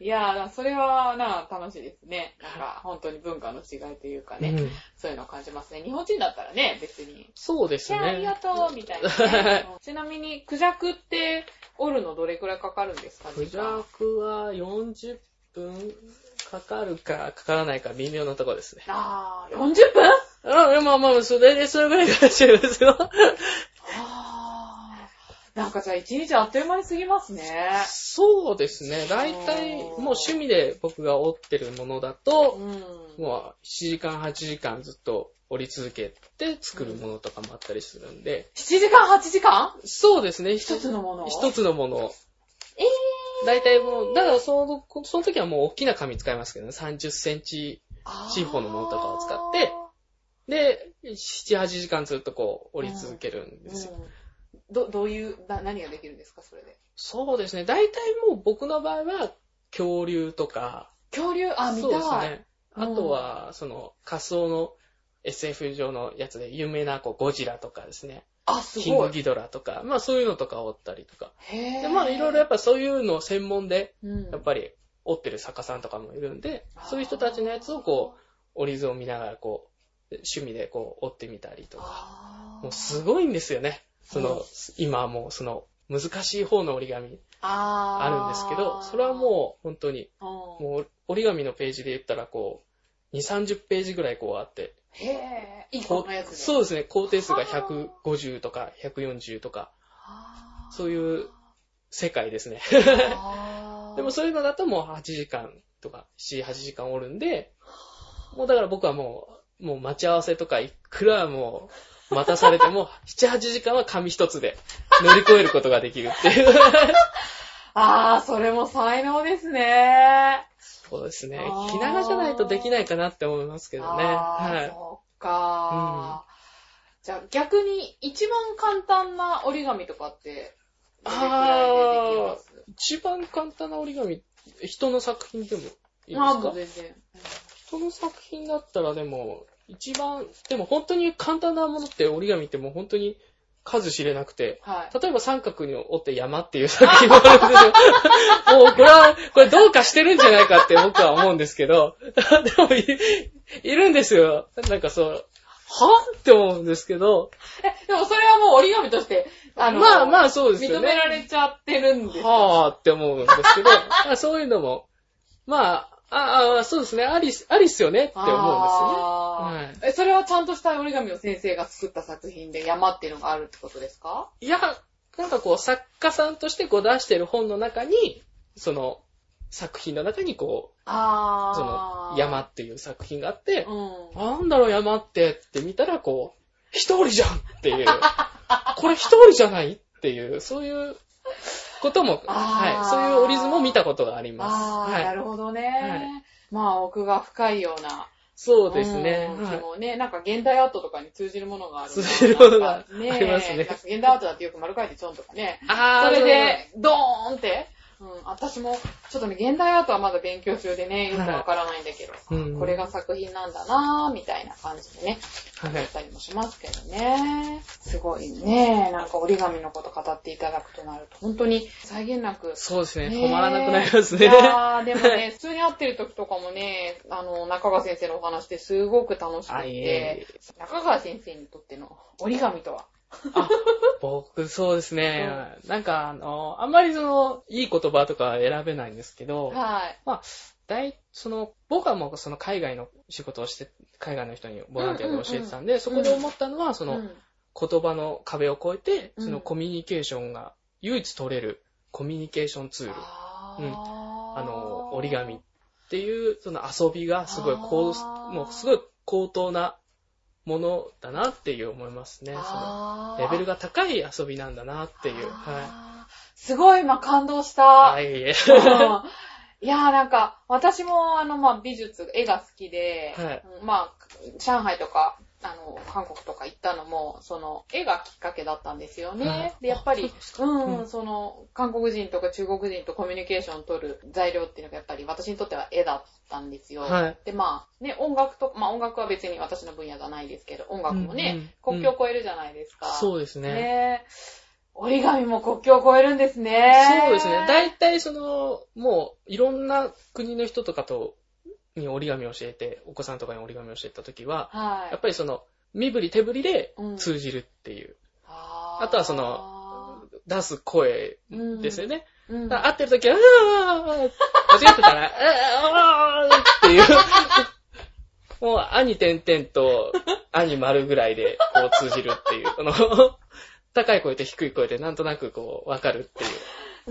S1: いやー、それはな、楽しいですね。なんか、本当に文化の違いというかね、
S2: うん
S1: そういうのを感じますね。日本人だったらね、別に。
S2: そうで
S1: い
S2: す
S1: やー、ありが
S2: ね。
S1: とう、みたいな
S2: *laughs*
S1: ね、うんちなみに、クジャクって、折るのどれくらいかかるんですか
S2: クジャクは40分かかるかかからないか微妙なところですね。
S1: あー、40分
S2: あ、まあまあ、それでそれぐらいが重要ですよ。
S1: あー。なんかじゃあ、一日あっという間に過ぎますね。
S2: そうですね。大体、もう趣味で僕が折ってるものだと、
S1: うん。
S2: もう7時間、8時間ずっと折り続けて作るものとかもあったりするんで、
S1: 7時間、8時間
S2: そうですね。
S1: 一つのものを
S2: 一つのものを。
S1: え
S2: 大体もう、だからその、その時はもう大きな紙使いますけどね、30センチ。
S1: ー
S2: 地方のものとかを使ってで、7、8時間ずっとこう、折り続けるんですよ。
S1: うん、ど、どういう、な何ができるんですか、それで。
S2: そうですね。大体もう僕の場合は、恐竜とか、
S1: 恐竜、あ、見
S2: そうです
S1: たい。
S2: ね。あとは、その、仮想の SF 上のやつで有名な、こう、ゴジラとかですね。
S1: あ、す
S2: キン
S1: ご
S2: グ
S1: い。
S2: ギドラとか、まあそういうのとか折ったりとか。
S1: へ
S2: で、まあいろいろやっぱそういうのを専門で、
S1: うん
S2: やっぱり折ってる作家さんとかもいるんで、そういう人たちのやつをこう、折り図を見ながらこう、趣味でこう折ってみたりとか。
S1: あー
S2: もうすごいんですよね。その、
S1: うん
S2: 今はもうその難しい方の折り紙
S1: あ
S2: あるんですけど、それはもう本当に、
S1: う、うん、
S2: もう折り紙のページで言ったらこう、2、30ページぐらいこうあって、
S1: へぇー、一
S2: こ
S1: 個のやつで。
S2: そう
S1: う、
S2: ですね、工程数が
S1: は
S2: 150とか140とか、そういう世界ですね。
S1: あー
S2: *laughs* でもそういうのだともう8時間とか、7、8時間折るんで、もうだから僕はもう、もう待ち合わせとかいくらもう待たされても、7、8時間は紙一つで乗り越えることができるっていう。
S1: あー、それも才能ですね。
S2: そうですね
S1: あー。
S2: ひながじゃないとできないかなって思いますけどね。
S1: あー
S2: は
S1: そっかー、じゃあ逆に一番簡単な折り紙とかって、どれくらいでできます
S2: い。一番簡単な折り紙、人の作品でもいいです
S1: あーも
S2: か
S1: う全然。
S2: 人の作品だったらでも、一番、でも本当に簡単なものって折り紙ってもう本当に数知れなくて、
S1: はい。
S2: 例えば三角に折って山っていう作品もあるんで
S1: *laughs*
S2: すよ。もうこれは、これどうかしてるんじゃないかって僕は思うんですけど、 *laughs* でもい、いるんですよ。なんかそう、はって思うんですけど、
S1: え、でもそれはもう折り紙として、あの、
S2: まあま
S1: あ、
S2: あそうです
S1: 認
S2: よ
S1: め
S2: ね。
S1: られちゃってるんですよ。
S2: はぁって思うんですけど、 *laughs* まあそういうのも、まあ、ああ、そうですね、あり、ありっすよねって思うんですよね。はい
S1: あーえ、それはちゃんとした折り紙を先生が作った作品で山っていうのがあるってことですか
S2: いや、なんかこう、作家さんとしてこう出してる本の中に、その、作品の中にこ
S1: あ
S2: う、
S1: ー
S2: その、山。っていう作品があって、
S1: うん。
S2: なんだろう山ってって見たらこう、一人じゃんっ
S1: *laughs*
S2: ていう、これ一人じゃないっていう、そういうことも、
S1: あー
S2: はい、そういう折り図も見たことがありま
S1: あ
S2: す。
S1: ー、
S2: はい
S1: な。るほどね。
S2: はい
S1: まあ奥が深いような。
S2: そうですね。
S1: うん
S2: は
S1: で
S2: い
S1: もね、なんか現代アートとかに通じるものがあるんだな。
S2: 通じるものが
S1: なんか
S2: ありますね
S1: なんか現代アートだってよく丸書いてちょんとかね。
S2: あ
S1: そ
S2: ー
S1: れで、ドーンって。うん、私も、ちょっとね、現代アートはまだ勉強中でね、よくわからないんだけど、
S2: うん
S1: これが作品なんだなぁ、みたいな感じでね、
S2: はい
S1: 思ったりもしますけどね。すごいね、なんか折り紙のこと語っていただくとなると、本当に際限なく、
S2: そうですね。
S1: ね
S2: 止まらなくなります
S1: い。
S2: ね
S1: やーでもね、普通に会ってる時とかもね、あの、中川先生のお話ってすごく楽しく
S2: *laughs* あ、い
S1: て
S2: え、。
S1: 中川先生にとっての折り紙とは
S2: 僕、そうですね。なんか、あの、あんまりその、いい言葉とかは選べないんですけど、
S1: はい。
S2: 大、その、僕はもうその海外の仕事をして、海外の人にボランティアで教えてたんで、そこで思ったのは、その、
S1: うん
S2: 言葉の壁を越えて、
S1: うん
S2: そのコミュニケーションが唯一取れるコミュニケーションツール、
S1: あ
S2: うん
S1: ー
S2: あの、折り紙っていう、その遊びがすごい高、
S1: あー
S2: もうすごい高等なものだなっていう思いますね。その
S1: あー
S2: レベルが高い遊びなんだなっていう。は
S1: あーすごい今感動した。
S2: い。はい、い
S1: う
S2: え。
S1: んいやーなんか、私もあの、まあ、美術、絵が好きで、
S2: はい
S1: うんまあ、上海とか、あの、韓国とか行ったのも、その、絵がきっかけだったんですよね。
S2: はい
S1: で、やっぱり、うん、
S2: うん
S1: その、韓国人とか中国人とコミュニケーションを取る材料っていうのがやっぱり私にとっては絵だったんですよ。
S2: はい
S1: で、まあ、ね、音楽と、まあ音楽は別に私の分野じゃないですけど、音楽もね、
S2: うんうん
S1: 国境を越えるじゃないですか。
S2: そうですね。
S1: ねえ。折り紙も国境を越えるんですね。
S2: そうですね。大体その、もういろんな国の人とかと、に折り紙を教えて、お子さんとかに折り紙を教えた時は、
S1: は
S2: や
S1: い
S2: っ。ぱりその、身振り手振りで
S1: うん
S2: 通じるっていう、
S1: あ
S2: あとはそ
S1: の、
S2: 出す声
S1: うん
S2: ですよね。
S1: うん
S2: だから会ってる時は、うわー間違ってたら、うわーっていう。もう、兄点々と、兄丸ぐらいで、こう通じるっていう、この、高い声と低い声でなんとなくこう、わかるっていう。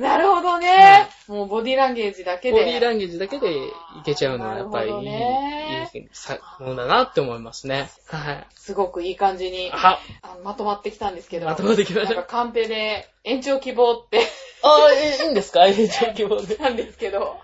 S1: なるほどね。もうボディランゲージだけで。
S2: ボディーランゲージだけでいけちゃうのは、やっぱりいい、
S1: あーなるほどね
S2: いいさものだなって思いますね。はい。
S1: すごくいい感じに
S2: あ、
S1: あまとまってきたんですけど。
S2: まとまってきまし
S1: なん
S2: た。
S1: かカンペで延長希望って *laughs*
S2: あー、えいいんですかいい状況で。
S1: なんですけど、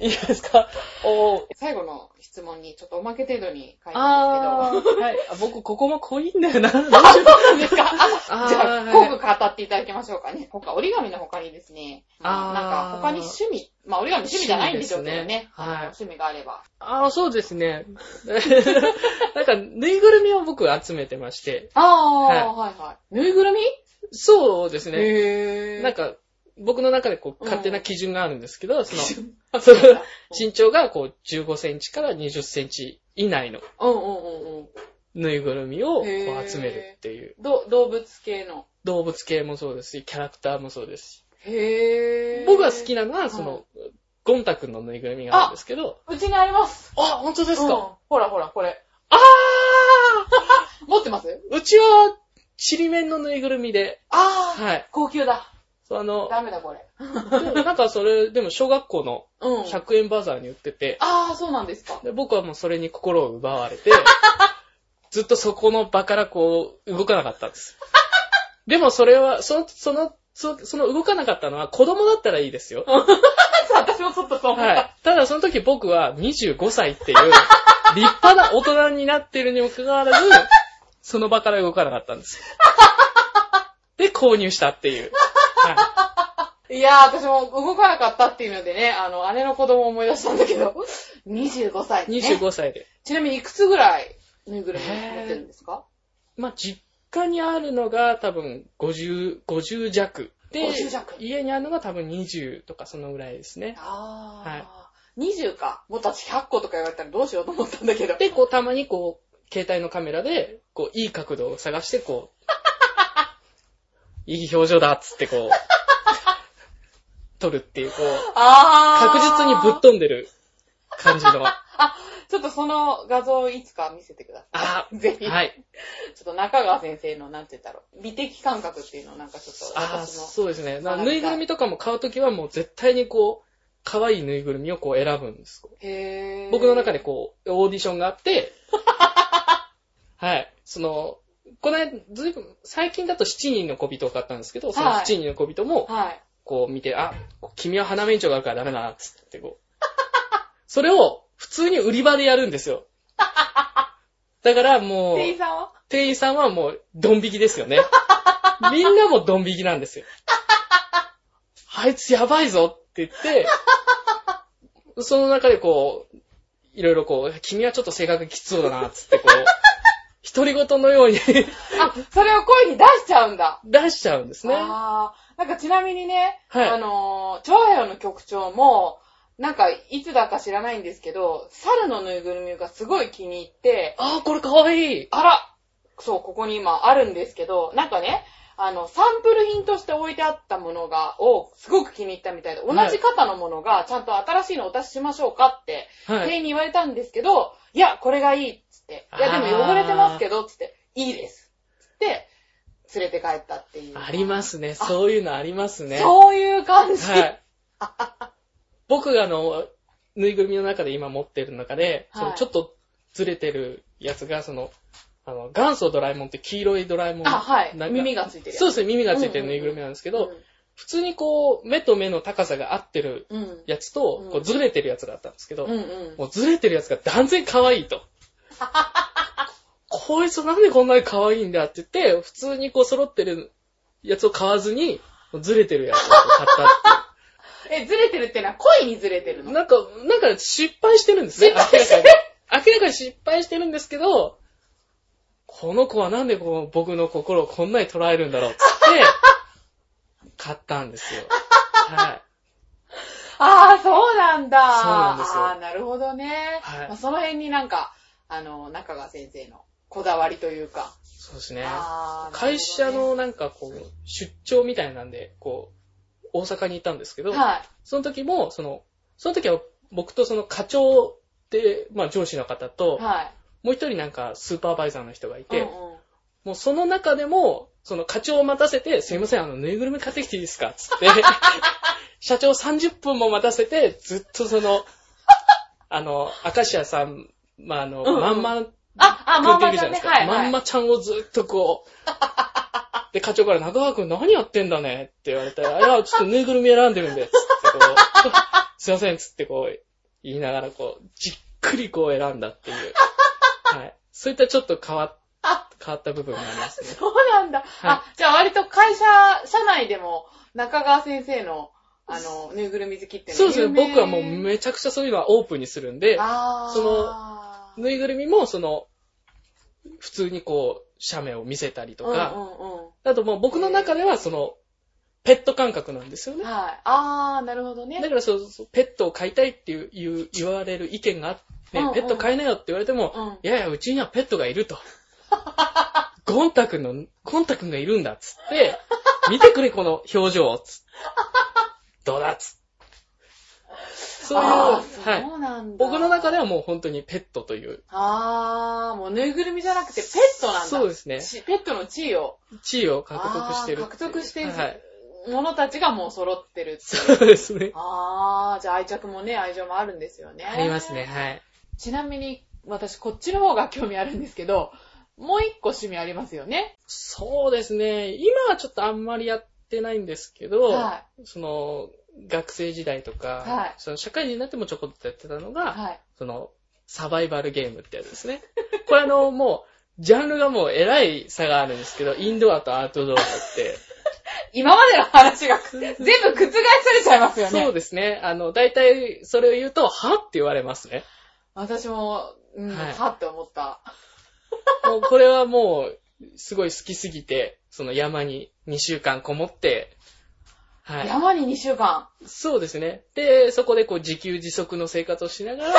S2: いいですかおー。
S1: 最後の質問にちょっとおまけ程度に書いたん
S2: あ
S1: ですけど。
S2: ー、はい。あ僕、ここも濃いんだよな。どうしよう
S1: そうですかあじゃあ、
S2: はい
S1: 広く語っていただきましょうかね。他、折り紙の他にですね、まあ
S2: あー
S1: なんか他に趣味、まあ折り紙趣味じゃないんでしょうけどね、
S2: 趣味ですねはい
S1: あの趣味があれば。
S2: ああ、そうですね。 *laughs* なんか、ぬいぐるみを僕集めてまして。
S1: ああ、はいはい。ぬいぐるみ
S2: そうですね。
S1: へ
S2: なん、か、僕の中でこう、勝手な基準があるんですけど、
S1: *laughs*
S2: その、
S1: そ
S2: *laughs* そう
S1: うなんだ
S2: 身長がこう、15センチから20センチ以内の
S1: うんうんうんうん。
S2: ぬいぐるみをこ
S1: へー
S2: う集めるっていう。
S1: ど動物系の。
S2: 動物系もそうですし、キャラクターもそうですし。
S1: へー
S2: 僕が好き
S1: な。
S2: なのは、その、ゴンタ君のぬいぐるみがあるんですけど。
S1: うちにあります。
S2: あ、本当で
S1: でほらほら、これ。
S2: あ
S1: 持ってます
S2: ーうちは、ちりめんのぬいぐるみで。
S1: ああ、
S2: はい。
S1: 高級だ。
S2: そうあの、
S1: ダメだこれ。
S2: でもなんかそれ、でも小学校の
S1: うん。
S2: 100円バザーに売ってて、
S1: ああ、そうなんです *laughs* か。
S2: で僕はもうそれに心を奪
S1: *laughs*
S2: われて、ずっとそこの場からこう、動かなかったんです。でもそれは、その、その、そその動かなかったのは子供だったらいいですよ。
S1: 私もちょっとそう思った。
S2: はい。ただその時僕は25歳っ
S1: *laughs*
S2: ていう、立派な大人になっているにもかかわらず、その場から動かなかった
S1: *laughs*
S2: んです。で、購入したっていう。はい
S1: やー、私も動かなかったっていうのでね、あの、姉の子供を思い出したんだけど、25歳、
S2: い、
S1: ね。
S2: 25歳で。
S1: ちなみにいくつぐらいぬいぐるみ持ってるんですか
S2: まあ、実家にあるのが多分50、50弱。で
S1: 50弱、
S2: 家にあるのが多分20とかそのぐらいですね。
S1: あー、20か。もっと私100個とか言われたらどうしようと思ったんだけど。
S2: で、こうたまにこう、携帯のカメラで、こう、いい角度を探して、こう、 *laughs* いい表情だっつってこう、撮るっていう、こう、
S1: あー。
S2: 確実にぶっ飛んでる感じの。あ
S1: ちょっとその画像をいつか見せてくださ
S2: あ
S1: い。 *laughs* ぜひ、
S2: ー、はい。
S1: ちょっと中川先生の、なんて言ったろう、美的感覚っていうのをなんかちょっと
S2: ああ、
S1: 私の。
S2: そうですね。なぬいぐるみとかも買うときはもう絶対にこう、可愛いぬいぐるみをこう選ぶんです。
S1: へー
S2: 僕の中でこう、オーディションが
S1: *laughs*
S2: あって、はい、その、この間、ずいぶん、最近だと7人の小人を買ったんですけど、その
S1: はい
S2: 7人の小人も、
S1: はい。
S2: こう見て、あ、君は花免許があるからダメだな、つってこう。それを、普通に売り場でやるんで
S1: *laughs*
S2: すよ。だからもう、
S1: 店員さんは
S2: 店員さんはもう、ドン引きですよ *laughs* ね。みんなもドン引きなんですよ。あいつやばいぞって言って、その中でこう、いろいろこう、君はちょっと性格きつそうだな、つってこ *laughs* う、独り言のように *laughs*
S1: あ、それを声に出しちゃうんだ。
S2: 出しちゃうんですね。は
S1: ああ、なんかちなみにね、
S2: はい
S1: あのー、長平の局長も、なんかいつだか知らないんですけど、猿のぬいぐるみがすごい気に入って、
S2: あー、これかわいい。
S1: あら、そう、ここに今あるんですけど、なんかね、あの、サンプル品として置いてあったものが、をすごく気に入ったみたいで、同
S2: はい
S1: じ型のものが、ちゃんと新しいのお出ししましょうかって、
S2: は
S1: 店
S2: い。
S1: 員に言われたんですけど、いや、これがいいっつって、いや、でも汚れてますけど、つって、いいです。つって、連れて帰ったっていう。
S2: ありますね。そういうのありますね。
S1: そういう感じ。
S2: はい。僕があの、ぬいぐるみの中で今持ってる中で、
S1: はい
S2: そのちょっとずれてるやつが、その、あの、元祖ドラえもんって黄色いドラえも
S1: *laughs*
S2: ん。
S1: あ、はい。
S2: なんか
S1: 耳がついてるやつ。
S2: そう
S1: う
S2: ですね、耳がついてるぬいぐるみなんですけど、普通にこう、目と目の高さが合ってる
S1: んうん。
S2: やつと、
S1: うん
S2: こうずれてるやつだったんですけど、
S1: うんうん。
S2: もうずれてるやつが断然可愛いと。こいつなんでこんなに可愛いんだって言って、普通にこう揃ってるやつを買わずに、ずれてるやつを買ったっていう。
S1: え、ずれてるってのは声にずれてるの
S2: なんか、なんか失敗してるんですね。明らかに。明らかに失敗してるんですけど、この子はなんでこう僕の心をこんなに捉えるんだろうっつって、買ったんですよ。はい。
S1: ああ、そうなんだ。
S2: そうなんですよ
S1: ああ、なるほどね。
S2: はい
S1: まあ、その辺になんか、あの、中川先生のこだわりというか。
S2: そうですね。
S1: あー
S2: 会社、
S1: なる
S2: のなんかこう、出張みたいなんで、こう、大阪に行ったんですけ
S1: ほ
S2: ど、
S1: どねはい。
S2: その時も、その、その時は僕とその課長で、まあ上司の方と、
S1: はい。
S2: もう一人なんかスーパーバイザーの人がい
S1: うんう
S2: て、
S1: ん
S2: もうその中でも、その課長を待たせて、すいません、あの、ぬいぐるみ買ってきていいですかつ
S1: *laughs*
S2: って、社長30分も待たせて、ずっとその、あの、明石家さん、まあ、あの、
S1: うんうん
S2: まんま
S1: あ、あ、まん
S2: くん
S1: ま
S2: っている
S1: ちゃ
S2: じゃ
S1: ん
S2: な
S1: ね。
S2: いですか。
S1: はい、はい。
S2: まんまちゃんをずっとこう。で、課長から、中川くん何やってんだねって言われたら、いや、ちょっとぬいぐるみ選んでるんで、つってこう、 *laughs* すいません、つってこう、言いながらこう、じっくりこう選んだっていう。はい。そういったちょっと変わっ
S1: あ
S2: 変わった部分がありますね。
S1: そうなんだ。あ、じゃあ割と会社、社内でも中川先生の、あの、ぬいぐるみ好きって
S2: そうですね、
S1: 有名
S2: 僕はもうめちゃくちゃそういうのはオープンにするんで、
S1: あー
S2: そぬいぐるみもその、普通にこう、写メを見せたりとか、
S1: うんうんうん。
S2: あともう僕の中ではその、ペット感覚なんですよね。
S1: はい。あー、なるほどね。
S2: だからそうそう、ペットを飼いたいっていういう言われる意見があって、
S1: うんうん
S2: ペット飼いなよって言われても、
S1: うん
S2: いやいや、うちにはペットが
S1: *laughs*
S2: いると。ゴンタ君の、ゴンタ君がいるんだっつって、見てくれこの表情をつってどうだっつってそういう、
S1: あー
S2: はい。
S1: そうなんだ。
S2: 僕の中ではもう本当にペットという。
S1: あー、もうぬいぐるみじゃなくてペットなんだ。
S2: そうですね。
S1: しペットの地位を
S2: 地位を獲得してるっていう。
S1: あー獲得している
S2: はい。
S1: 者たちがもう揃ってるっていう
S2: そうですね。
S1: あー、じゃあ愛着もね、愛情もあるんですよね。
S2: ありますね、。はい。
S1: ちなみに、私こっちの方が興味あるんですけど、もう一個趣味ありますよね。
S2: そうですね。今はちょっとあんまりやってないんですけど、
S1: は
S2: その、学生時代とか、
S1: はい
S2: その社会人になってもちょこっとやってたのが、
S1: い。はい。
S2: その、サバイバルゲームってやつですね。これあの、もう、ジャンルがもう偉い差があるんですけど、インドアとアウトドアって。
S1: 今までの話が全部覆されちゃいますよね。
S2: そうですね。あの、大体それを言うと、はって言われますね。
S1: 私も、うん、
S2: はい
S1: はって思った。
S2: もうこれはもう、すごい好きすぎて、その山に2週間こもって、はい。
S1: 山に2週間。
S2: そうですね。で、そこでこう自給自足の生活をしな
S1: *laughs*
S2: がら、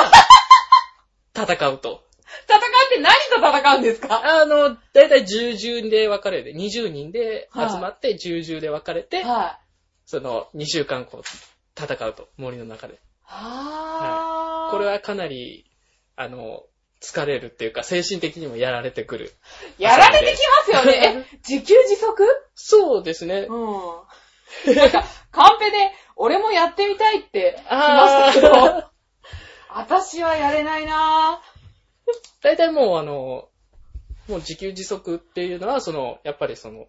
S2: 戦うと。
S1: 戦って何と戦うんですか
S2: あの、だいたい10、10で分かれて、20人で集まって、10、10で分かれて、
S1: はい。
S2: その2週間こう、戦うと、森の中で。
S1: あー。
S2: これはかなり、あの、疲れるっていうか、精神的にもやられてくる。
S1: やられてきますよ *laughs* ね。え、自給自足
S2: そうですね。
S1: うん。なんか、カンペで、俺もやってみたいって、
S2: あ
S1: 来ましたけど
S2: あ、
S1: 私はやれないなぁ。
S2: だいたいもうあの、もう自給自足っていうのは、その、やっぱりその、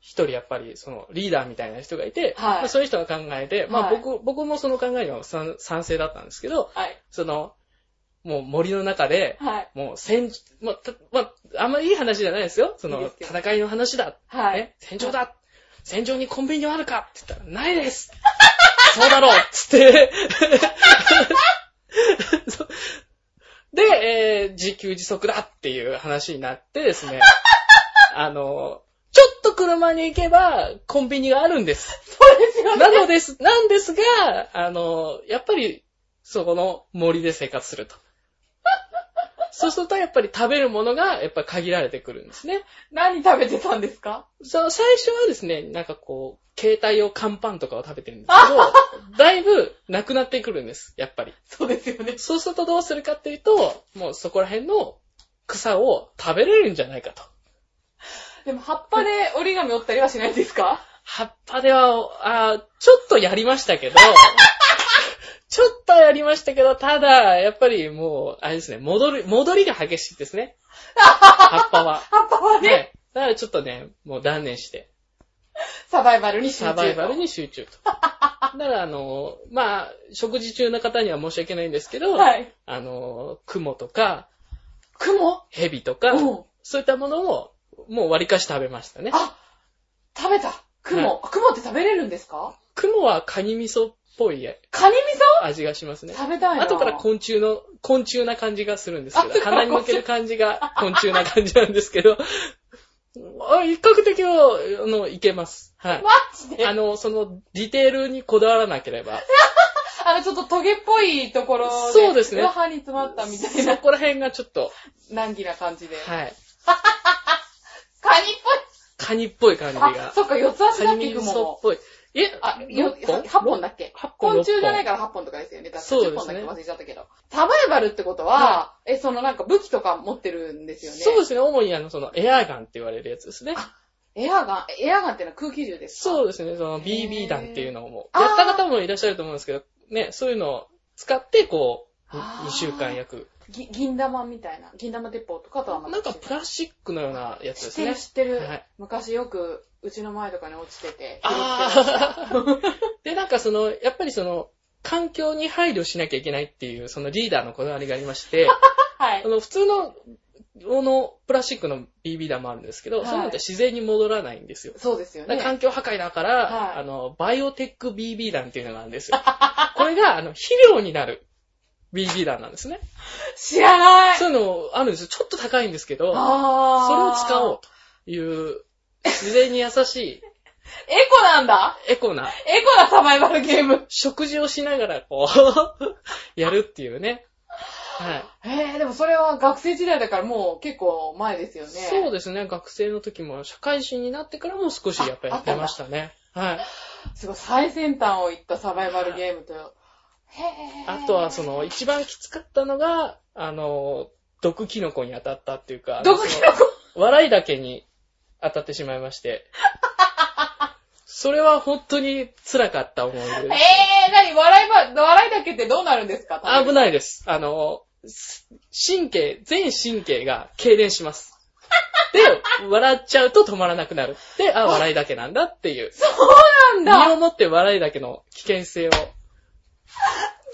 S2: 一人やっぱりそのリーダーみたいな人がいて、
S1: はい
S2: まあそういう人の考えで、まあ
S1: はい
S2: 僕、僕もその考えには賛賛成だったんですけど、
S1: はい。
S2: その、もう森の中で、
S1: はい。
S2: もう戦、まあ、たまあ、あんまりいい話じゃないですよ。そ
S1: いい
S2: の
S1: です、よ
S2: 戦いの話だ。
S1: はい
S2: ね。戦場だ。戦場にコンビニはあるかって言ったら、ないです
S1: *laughs*
S2: そうだろうつって。そうで、えー自給自足だっていう話になってです
S1: *laughs*
S2: ね。あの、ちょっと車に行けばコンビニがあるんです。
S1: そうですよね。
S2: なのです、なんですが、あの、やっぱり、そこの森で生活
S1: *laughs*
S2: すると。そうすると、やっぱり食べるものが、やっぱり限られてくるんですね。
S1: 何食べてたんですか
S2: そう、最初はですね、なんかこう、携帯用乾パンとかを食べてるんですけど、だいぶなくなってくるんです、やっぱり。
S1: そうですよね。
S2: そうするとどうするかっていうと、もうそこら辺の草を食べれるんじゃないかと。
S1: でも、葉っぱで折り紙折ったりはしないんですか
S2: 葉っぱでは、あーちょっとやりましたけど、ちょっとやりましたけど、ただ、やっぱりもう、あれですね、戻る、戻りが激しいですね。葉っぱは。
S1: 葉っぱはね、
S2: はい。だからちょっとね、もう断念して。
S1: サバイバルに集中。
S2: サバイバルに集中
S1: *laughs*
S2: と。だから、あの、まあ、食事中の方には申し訳ないんですけど、
S1: はい。
S2: あの、雲とか、
S1: 雲
S2: 蛇とか、
S1: うん
S2: そういったものを、もう割りかし食べましたね。
S1: あ、食べた。雲。あ雲って食べれるんですか
S2: 雲はカニ味噌っぽい
S1: カニ
S2: 味がしますね
S1: 味噌。食べたいな。
S2: 後から昆虫の、昆虫な感じがするんです
S1: 後
S2: けど、
S1: から
S2: 鼻に
S1: 昆
S2: 抜
S1: 虫
S2: ける感じが昆虫な感じなんですけど、あ比較的は、あの、いけます。はい。
S1: マジで
S2: あの、その、ディテールにこだわらなけ
S1: *laughs*
S2: れば。
S1: あの、ちょっとトゲっぽいところで、
S2: そうですね
S1: わ歯に詰まったみたい
S2: そ
S1: な、
S2: こら辺がちょっと、
S1: 難儀な感じで。
S2: はい。
S1: カニっ
S2: カニっぽい感じ
S1: ぽいあ
S2: が、。
S1: そっか、四つ足
S2: カ
S1: だ
S2: ニ
S1: っけ、
S2: 味
S1: 雲
S2: 噌っ
S1: も。
S2: ぽい。え、
S1: あ、よ、
S2: 六本
S1: 8本だっけ
S2: 8本
S1: 昆虫じゃない
S2: か。
S1: から8本とかですよね。確
S2: そう
S1: か
S2: で
S1: 10
S2: す
S1: 本
S2: ね
S1: だっけ忘れちゃったけど。サバイバルってことは、え、そのなんか武器とか持ってるんですよね。
S2: そうですね。主にあの、その、エアガンって言われるやつですね。
S1: エアガン、エアガンってのは空気銃ですか。
S2: そううですね。その、BB 弾っていうのも、
S1: あー
S2: やった方もいらっしゃると思うんですけど、ね、そういうのを使って、こう、
S1: あー
S2: 2週間約。
S1: ぎ銀玉みたいな。銀玉鉄砲とかとはまた
S2: なんかプラ
S1: ス
S2: スチックのようなやつ
S1: 知っ
S2: です
S1: てる
S2: ね。
S1: 知ってる。
S2: はい
S1: 昔よく、うちの前とかに落ちてて。
S2: あー *laughs* で、なんかその、やっぱりその、環境に配慮しなきゃいけないっていう、そのリーダーのこだわりがあり
S1: *laughs*
S2: まして、
S1: あ。はい
S2: あ。の、普通の、このプラスチックの BB 弾もあるんですけど、
S1: はい
S2: そういうのって自然に戻らないんですよ。
S1: そうですよ
S2: だから
S1: ね。
S2: 環境破壊だから、
S1: はい
S2: あの、バイオテック BB 弾っていうのがあるんです
S1: *laughs*
S2: よ。これが、あの、肥料になる BB 弾なんですね。
S1: 知らない
S2: そういうのあるんですよ。ちょっと高いんですけど、そ
S1: あー
S2: れを使おうという、自然に優しい、
S1: エコなんだ
S2: エコな、
S1: エコなサバイバルゲーム。
S2: 食事をしながら、こう、 *laughs* やるっていうね。はい。
S1: えー、でもそれは学生時代だからもう結構前ですよね。
S2: そうですね。学生の時も、社会人になってからも少しやっぱりやってましたね。はい。
S1: すごい最先端をいったサバイバルゲームと。へぇ
S2: あとは、そ、の、一番きつかったのが、あの、毒キノコに当たったっていうか、
S1: 毒キノコ
S2: コ笑いだけに当たってしまいまして。
S1: *laughs*
S2: それは本当に辛かった思い
S1: え
S2: 出
S1: ぇ
S2: で
S1: ー、何笑いば、笑いだけってどうなるんですか
S2: す。危
S1: い。
S2: ないです。あの、す神経、全神経が痙攣します。で、笑っちゃうと止まらなくなる。で、あ、笑いだけなんだっていう。
S1: そう
S2: 身
S1: なんだ
S2: をもって笑いだけの危険性を。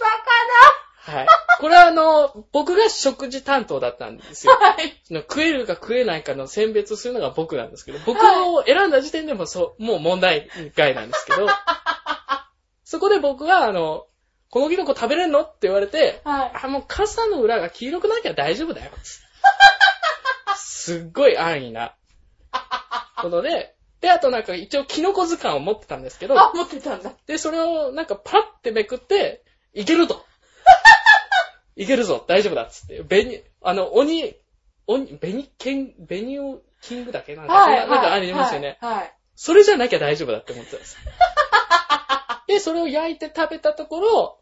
S1: バ
S2: はい。これはあの、僕が食事担当だったんですよ。
S1: カだはい。
S2: 食えるか食えないかの選別するのが僕なんですけど、僕を選んだ時点でもそう、もう問題外なんですけど、そこで僕が、あの、このキノコ食べれんのって言われて、
S1: はい。
S2: あ、もう傘の裏が黄色くなきゃ大丈夫だよ。すっごい安易なことで、で、あとなんか一応キノコ図鑑を持ってたんですけど、
S1: あ、持ってたんだ。
S2: で、それをなんかパラってめくって、いけ
S1: *laughs*
S2: ると。いけるぞ、大丈夫だっつって。ベニ、あの、鬼、鬼、ベニケン、ベニオキングだっけなんか、
S1: はい。
S2: そんななんか
S1: はい
S2: ありますよね、
S1: はいはい。
S2: それじゃなきゃ大丈夫だって思ってたんです。で、それを焼いて食べたところ、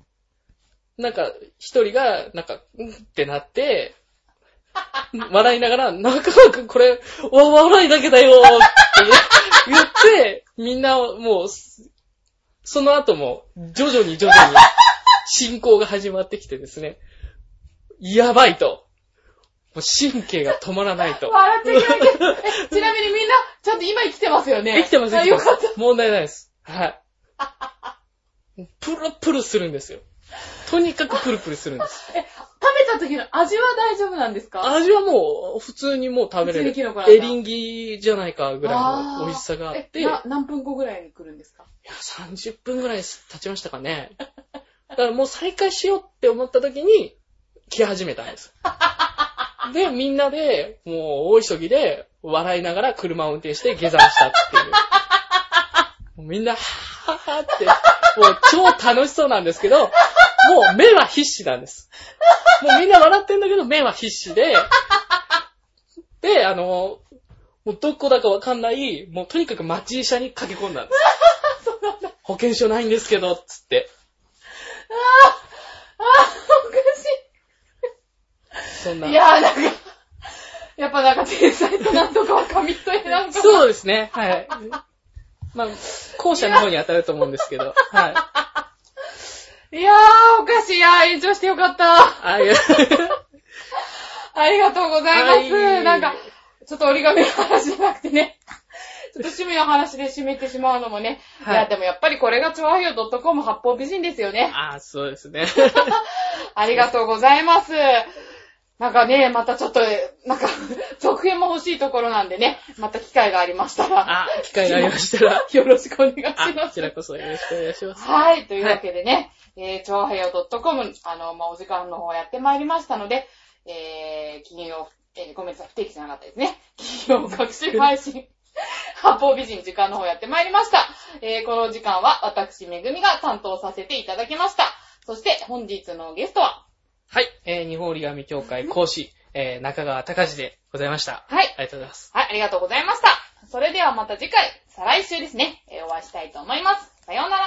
S2: なんか、一人が、なんか、うんってなって、笑いながら、なんかこれ、わ、笑いだけだよって言って、みんなもう、その後も、徐々に徐々に、進行が始まってきてですね、やばいと。もう神経が止まらないと。
S1: 笑っちゃいけ
S2: *laughs*
S1: ないけど。えちなみにみんな、ちゃんと今生きてますよね。
S2: 生きてます、生
S1: あ
S2: きて
S1: よ
S2: ます
S1: かった。。
S2: 問題ないです。はい。プルプルするんですよ。とにかくプルプルするん
S1: *laughs*
S2: です。
S1: 食べた時の味は大丈夫なんですか
S2: 味はもう、普通にもう食べれ
S1: 普通にキノコなん
S2: る。
S1: だ
S2: エリンギじゃないかぐらいの美味しさがあって、
S1: え
S2: いや
S1: な、何分後ぐらいに来るんですか
S2: 30分ぐらい経ちましたかね。だからもう再開しようって思った時に、来始めたんです。で、みんなで、もう大急ぎで、笑いながら車を運転して下山したっていう。もうみんな、はぁはぁって、もう超楽しそうなんですけど、もう目は必死なんです。もうみんな笑ってんだけど、目は必死で、で、あの、もうどこだかわかんない、もうとにかく町医者に駆け込んだんです。保険証ないんですけど、つって。
S1: あー、おかしい。
S2: そんな。
S1: いやーなんか、やっぱなんか天才となんとかは紙一重なんか。
S2: そうですね、 *laughs* はい。まあ、後者の方に当たると思うんですけど、はい。
S1: いやー、おかしい。いやー、延長してよかった。
S2: あいや
S1: ありがとうございます。
S2: はい
S1: なんか、ちょっと折り紙の話じゃなくてね。ちょっと趣味の話で締めてしまうのもね。
S2: はい
S1: い、や、でもやっぱりこれが超愛用 .com 発泡美人ですよね。
S2: あーそうです *laughs* ね。
S1: *laughs* ありがとうございます。なんかね、またちょっと、なんか、 *laughs* 続編も欲しいところなんでね、また機会がありましたら、
S2: あ、機会がありました
S1: *laughs*
S2: ら、
S1: よろしくお願いし
S2: あ、
S1: ま
S2: こ
S1: す
S2: ち。らこそよろしくお願いします。
S1: はい。というわけでね、えー、超はよ .com、あの、まあ、お時間の方やってまいりましたので、えー、金曜えーごめんなさい、不定期じゃなかったですね。企業学習配信。八方美人時間の方やってまいりました。えーこの時間は私、めぐみが担当させていただきました。そして本日のゲストは、
S2: はい、えー日本折り紙協会講師、えー中川隆史でございました。
S1: はい、
S2: ありがとうございます。
S1: はい、ありがとうございました。それではまた次回、再来週ですね、えーお会いしたいと思います。さようなら。